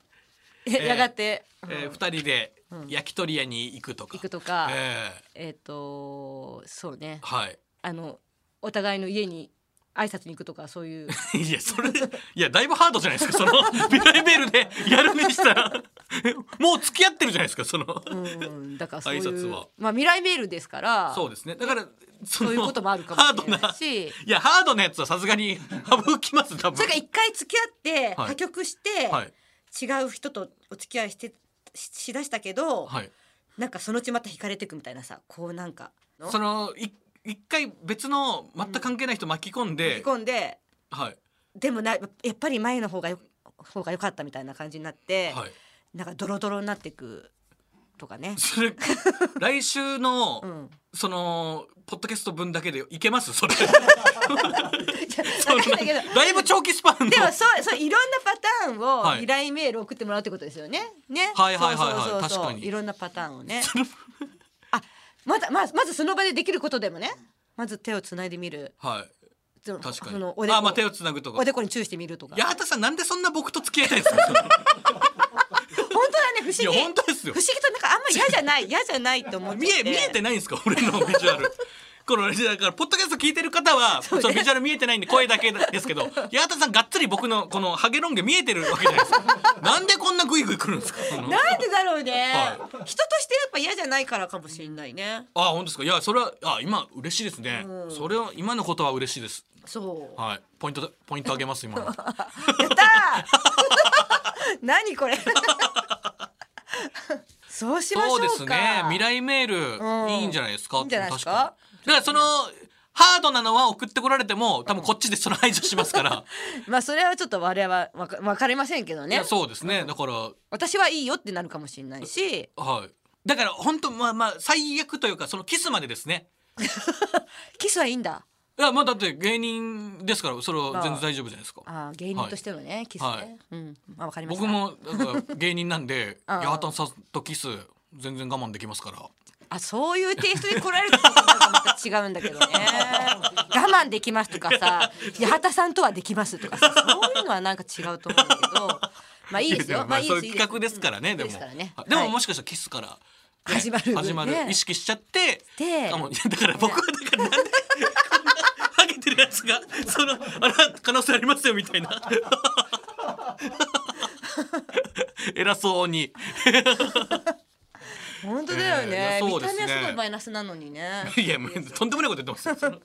Speaker 6: え
Speaker 5: ー
Speaker 6: やがて、
Speaker 5: えー、二人で焼き鳥屋に行くとか
Speaker 6: 行くとか
Speaker 5: え
Speaker 6: えっ、とそうね
Speaker 5: ーはい
Speaker 6: あのお互いの家に挨拶に行くとかそういう
Speaker 5: いやそれいやだいぶハードじゃないですかそ の未来メールでやるにしたら もう付き合ってるじゃないですかその、
Speaker 6: うんだからそうい
Speaker 5: 挨拶
Speaker 6: う
Speaker 5: は
Speaker 6: まあ未来メールですから
Speaker 5: そうですねだからそ
Speaker 6: そう
Speaker 5: の
Speaker 6: いうこともあるかもしれない
Speaker 5: ハード
Speaker 6: し。
Speaker 5: ないやハードなやつはさすがに 省きます多分
Speaker 6: それから一回付き合って
Speaker 5: はい
Speaker 6: 破局して、
Speaker 5: はい
Speaker 6: 違う人とお付き合いしてししだしたけど、
Speaker 5: はい
Speaker 6: なんかそのうちまた惹かれてくみたいなさこうなんかの
Speaker 5: そのい一回別の全く関係ない人巻き込ん
Speaker 6: 引
Speaker 5: で
Speaker 6: き、込んで
Speaker 5: はい
Speaker 6: でもなやっぱり前の方がよ方が良かったみたいな感じになって、
Speaker 5: はい
Speaker 6: なんかドロドロになっていくとかね。
Speaker 5: そ れ来週の、
Speaker 6: うん、
Speaker 5: そのポッドキャスト分だけでいけます それ
Speaker 6: わかんないけど
Speaker 5: だいぶ長期スパンの
Speaker 6: でもそうそういろんなパターンを
Speaker 5: はい
Speaker 6: 依頼メール送ってもらうってことですよね。ね。
Speaker 5: はいはいはいはい
Speaker 6: そうそうそうそ
Speaker 5: 確
Speaker 6: う
Speaker 5: かに
Speaker 6: いろんなパターンをね。あまだまずまずその場でできることでもね。まず手をつないでみる。
Speaker 5: はい
Speaker 6: その
Speaker 5: 確か
Speaker 6: そ
Speaker 5: に
Speaker 6: のおでこ
Speaker 5: あまあ手をつなぐとか
Speaker 6: おでこに注意してみるとか。
Speaker 5: 八幡さんなんでそんな僕と付き合いたいんですか
Speaker 6: 本当だね不思
Speaker 5: い
Speaker 6: 議。
Speaker 5: や本当ですよ
Speaker 6: 不思議となんかあんま嫌じゃない嫌じゃないと 思って
Speaker 5: 見え見えてないんですか俺のビジュア ルこのだからポッドキャスト聞いてる方はそ、のビジュアル見えてないんで声だけですけど八幡さんがっつり僕のこのハゲロン毛見えてるわけじゃないです かなんでこんなグイグイ来るんですかこの
Speaker 6: なんでだろうね、
Speaker 5: は
Speaker 6: 人としてやっぱ嫌じゃないからかもしれないね
Speaker 5: あ本当ですかいやそれはあ今嬉しいですね、それは今のことは嬉しいです
Speaker 6: そう
Speaker 5: はいポイントポイントあげます 今の
Speaker 6: やったー 何これそうしましょう
Speaker 5: そう
Speaker 6: か
Speaker 5: ですね未来メー
Speaker 6: うん
Speaker 5: ルいいんじゃないですか、
Speaker 6: いいんじゃないですか
Speaker 5: 確にだからそのハードなのは送ってこられても多分こっちでその排除しますから、
Speaker 6: まあそれはちょっと我々はわか分かりませんけど
Speaker 5: い
Speaker 6: ね
Speaker 5: やそうですねだから
Speaker 6: 私はいいよってなるかもしれないし
Speaker 5: はい。だから本当まあまあ最悪というかそのキスまでですね。
Speaker 6: キスはいいんだ
Speaker 5: いやまあだって芸人ですからそれは全然大丈夫じゃないですか。
Speaker 6: あー芸人としてのね、キスね、
Speaker 5: はい
Speaker 6: うんまあわかりました
Speaker 5: 僕もだから芸人なん で
Speaker 6: ああ
Speaker 5: 八幡さんとキス全然我慢できますから。
Speaker 6: あそういうテイストで来られるとちょっとなんかまた違うん だけどね我慢できますとかさ八幡さんとはできますとかさそういうのはなんか違うと思うんだけどまあいいですよまあいい
Speaker 5: そう
Speaker 6: で
Speaker 5: い
Speaker 6: すいうい
Speaker 5: 企画ですからね
Speaker 6: いい
Speaker 5: で
Speaker 6: で
Speaker 5: も
Speaker 6: すからね。
Speaker 5: で
Speaker 6: は
Speaker 5: も
Speaker 6: い
Speaker 5: もしかしたらキスから。ね
Speaker 6: 始まる
Speaker 5: 始まる
Speaker 6: ね
Speaker 5: 意識しちゃって
Speaker 6: で
Speaker 5: あもうだから僕はだからなんでハゲてるやつがそのあら可能性ありますよみたいな 偉そうに
Speaker 6: 本当だよ
Speaker 5: え。ーいや
Speaker 6: ね
Speaker 5: そ
Speaker 6: 見
Speaker 5: うで
Speaker 6: た
Speaker 5: すね
Speaker 6: 目はすごいマイナスなのにね。
Speaker 5: い やもうとんでもないこと言ってますよその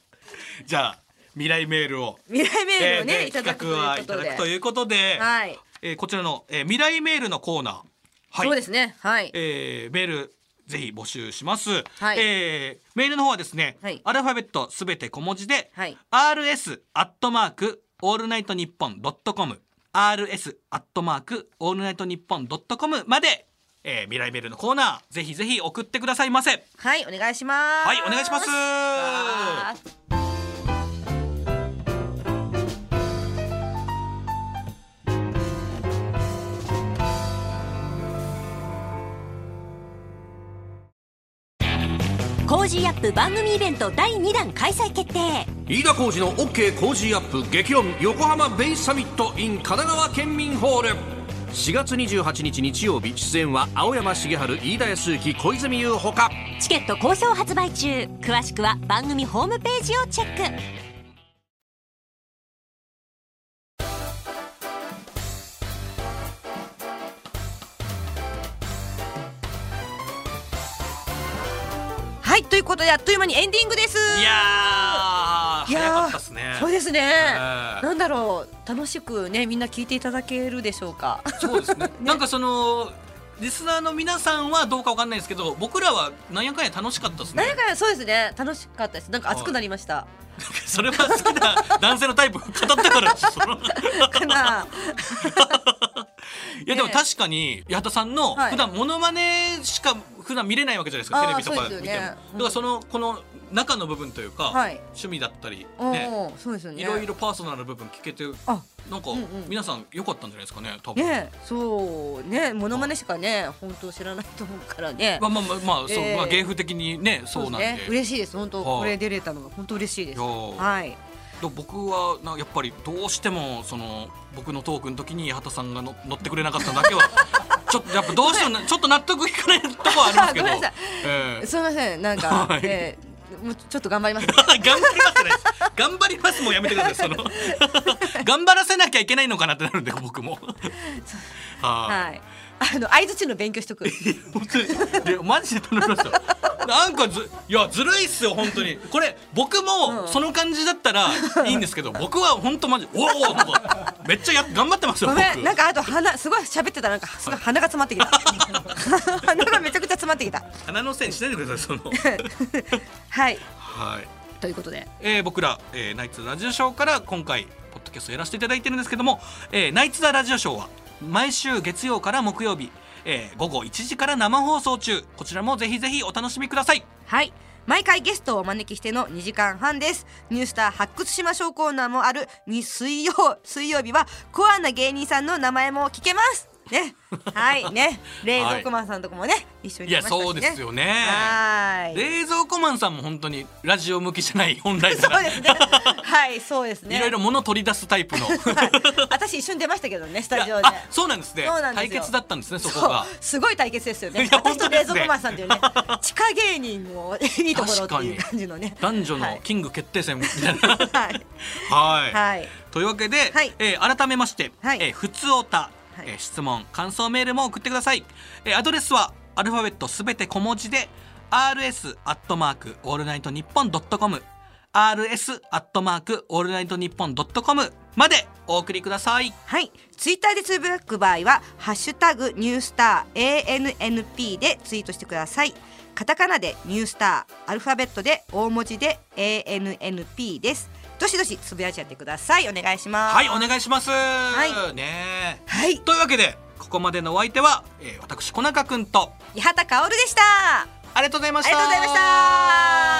Speaker 5: じゃあ未来メールを
Speaker 6: 未来メールをね、
Speaker 5: えー
Speaker 6: いただくと
Speaker 5: 企画はいいうた
Speaker 6: こと
Speaker 5: だ
Speaker 6: で。
Speaker 5: くということで、
Speaker 6: はい、
Speaker 5: えーこちらの、えー未来メールのコーナーはい
Speaker 6: そうですね。はい。
Speaker 5: えーメールぜひ募集します、
Speaker 6: はい
Speaker 5: えーメールの方はですね、
Speaker 6: はい
Speaker 5: アルファベットすべて小文字で、
Speaker 6: はい
Speaker 5: rs アットマークオールナイトニッポンドットコム rs アットマークオールナイトニッポンドットコムまで、えー未来メールのコーナーぜひぜひ送ってくださいませは
Speaker 6: はい、お願いします。
Speaker 5: いお願いします
Speaker 6: あー
Speaker 7: コージーアップ番組イベント第2弾開催決定
Speaker 8: 飯田浩司の OK 工事アップ激論横浜ベイサミット in 神奈川県民ホール4月28日日曜日出演は青山茂春飯田康之小泉優ほか
Speaker 7: チケット好評発売中詳しくは番組ホームページをチェック
Speaker 6: はい、ということで、あっという間にエンディングです。
Speaker 5: いやー
Speaker 6: いやー
Speaker 5: 早かったですね
Speaker 6: そうですね。
Speaker 5: えー
Speaker 6: なんだろう、楽しくね、みんな聞いていただけるでしょうか。
Speaker 5: そうですね なんかそのリスナーの皆さんはどうかわかんないですけど僕らはなんやかんや楽しかったですね
Speaker 6: なんか、そうですね、楽しかったです。なんか熱くなり ました。
Speaker 5: それは好きな男性のタイプを語った からでしょその
Speaker 6: かな。
Speaker 5: いやでも確かに八幡さんの
Speaker 6: はい
Speaker 5: 普段モノマネしか普段見れないわけじゃないですか、
Speaker 6: あー
Speaker 5: テレビとか
Speaker 6: そう
Speaker 5: 見
Speaker 6: です
Speaker 5: て
Speaker 6: よ
Speaker 5: も、
Speaker 6: ね
Speaker 5: だからそのこの中の部分というか、
Speaker 6: はい
Speaker 5: 趣味だったり
Speaker 6: お
Speaker 5: ね
Speaker 6: お、そうですよね。
Speaker 5: いろいろパーソナルな部分聞けてなん
Speaker 6: あ
Speaker 5: か
Speaker 6: うんうん
Speaker 5: 皆さん良かったんじゃないですかね多分、
Speaker 6: ねそうねモノマネしかね本当知らないと思うからね
Speaker 5: まあまあまあ、まあそう
Speaker 6: えー
Speaker 5: まあ、芸風的にねそうなんで
Speaker 6: ね嬉しいです本当
Speaker 5: はい
Speaker 6: これ出れたのが本当嬉しいです
Speaker 5: いやー
Speaker 6: はい
Speaker 5: でも僕はなやっぱりどうしてもその僕のトークの時に八幡さんがの乗ってくれなかった だけはちょっとやっぱどうしてもなちょっと納得いかないとこはありますけど
Speaker 6: ごめんなさい
Speaker 5: ええ
Speaker 6: すみませんなんか
Speaker 5: はい
Speaker 6: えーもうちょっと頑張ります
Speaker 5: 頑張りますね。頑張りますもうやめてください。そ の頑張らせなきゃいけないのかなってなるんで僕 も。は
Speaker 6: はいあの相槌の勉強し とく
Speaker 5: い。本当にいやマジで頼みました。なんかずいやずるいっすよ本当に。これ僕もその感じだったらいいんですけど、僕は本当マジおおなんかめっちゃや頑張ってますよ
Speaker 6: ご
Speaker 5: 僕。
Speaker 6: めんなんかあと鼻すごい喋ってたらなんかすごい鼻が詰まってきた 鼻がめちゃくちゃ詰まってきた
Speaker 5: 鼻のせいにしないでくださいその。
Speaker 6: はい
Speaker 5: はい。
Speaker 6: ということで
Speaker 5: えー僕ら、えーナイツ・ザラジオショーから今回ポッドキャストやらせていただいてるんですけども、えーナイツ・ザラジオショーは毎週月曜から木曜日、えー午後1時から生放送中こちらもぜひぜひお楽しみください
Speaker 6: はい毎回ゲストをお招きしての2時間半ですニュースター発掘しましょうコーナーもあるに水曜水曜日はコアな芸人さんの名前も聞けますねはい ね冷蔵庫マンさんとかもね、一緒に
Speaker 5: いや
Speaker 6: 来ましたし、ね、
Speaker 5: そうですよね
Speaker 6: はーい
Speaker 5: 冷蔵庫マンさんも本当にラジオ向きじゃない本来か
Speaker 6: そ
Speaker 5: ら、
Speaker 6: うで すねはいそうですね
Speaker 5: いろいろ物取り出すタイプの
Speaker 6: はい私一瞬出ましたけどねスタジオで
Speaker 5: あそうなんですね
Speaker 6: そうなんです
Speaker 5: 対
Speaker 6: よ
Speaker 5: 決だったんですねそこが
Speaker 6: そうすごい対決ですよね
Speaker 5: いや
Speaker 6: 私
Speaker 5: 本
Speaker 6: と
Speaker 5: 当で
Speaker 6: 冷
Speaker 5: すね
Speaker 6: 蔵庫マンさんというね地下芸人もいいところっていう
Speaker 5: 確かに
Speaker 6: 感じのね
Speaker 5: 男女のキング決定戦みたい な
Speaker 6: はい
Speaker 5: はい
Speaker 6: はい
Speaker 5: というわけで、
Speaker 6: はい
Speaker 5: えー改めまして、
Speaker 6: はい
Speaker 5: えーふつおた、
Speaker 6: はい
Speaker 5: えー質問感想メールも送ってください、えーアドレスはアルファベットすべて小文字で rs アットマークオールナイトニッポンドットコム rs アットマークオールナイトニッポンドットコムまでお送りください
Speaker 6: はい、ツイッターでつぶやく場合は「ハッシュタグニュースター ANNP」でツイートしてくださいカタカナでニュースターアルファベットで大文字で ANNP ですどしどしつぶやいちゃってくださいお願いします
Speaker 5: はいお願いします、
Speaker 6: い
Speaker 5: ねえ
Speaker 6: はい
Speaker 5: というわけでここまでのお相手は、えー私小中くんと
Speaker 6: 八幡薫でしたあ
Speaker 5: ありがとうございました
Speaker 6: りがとうございました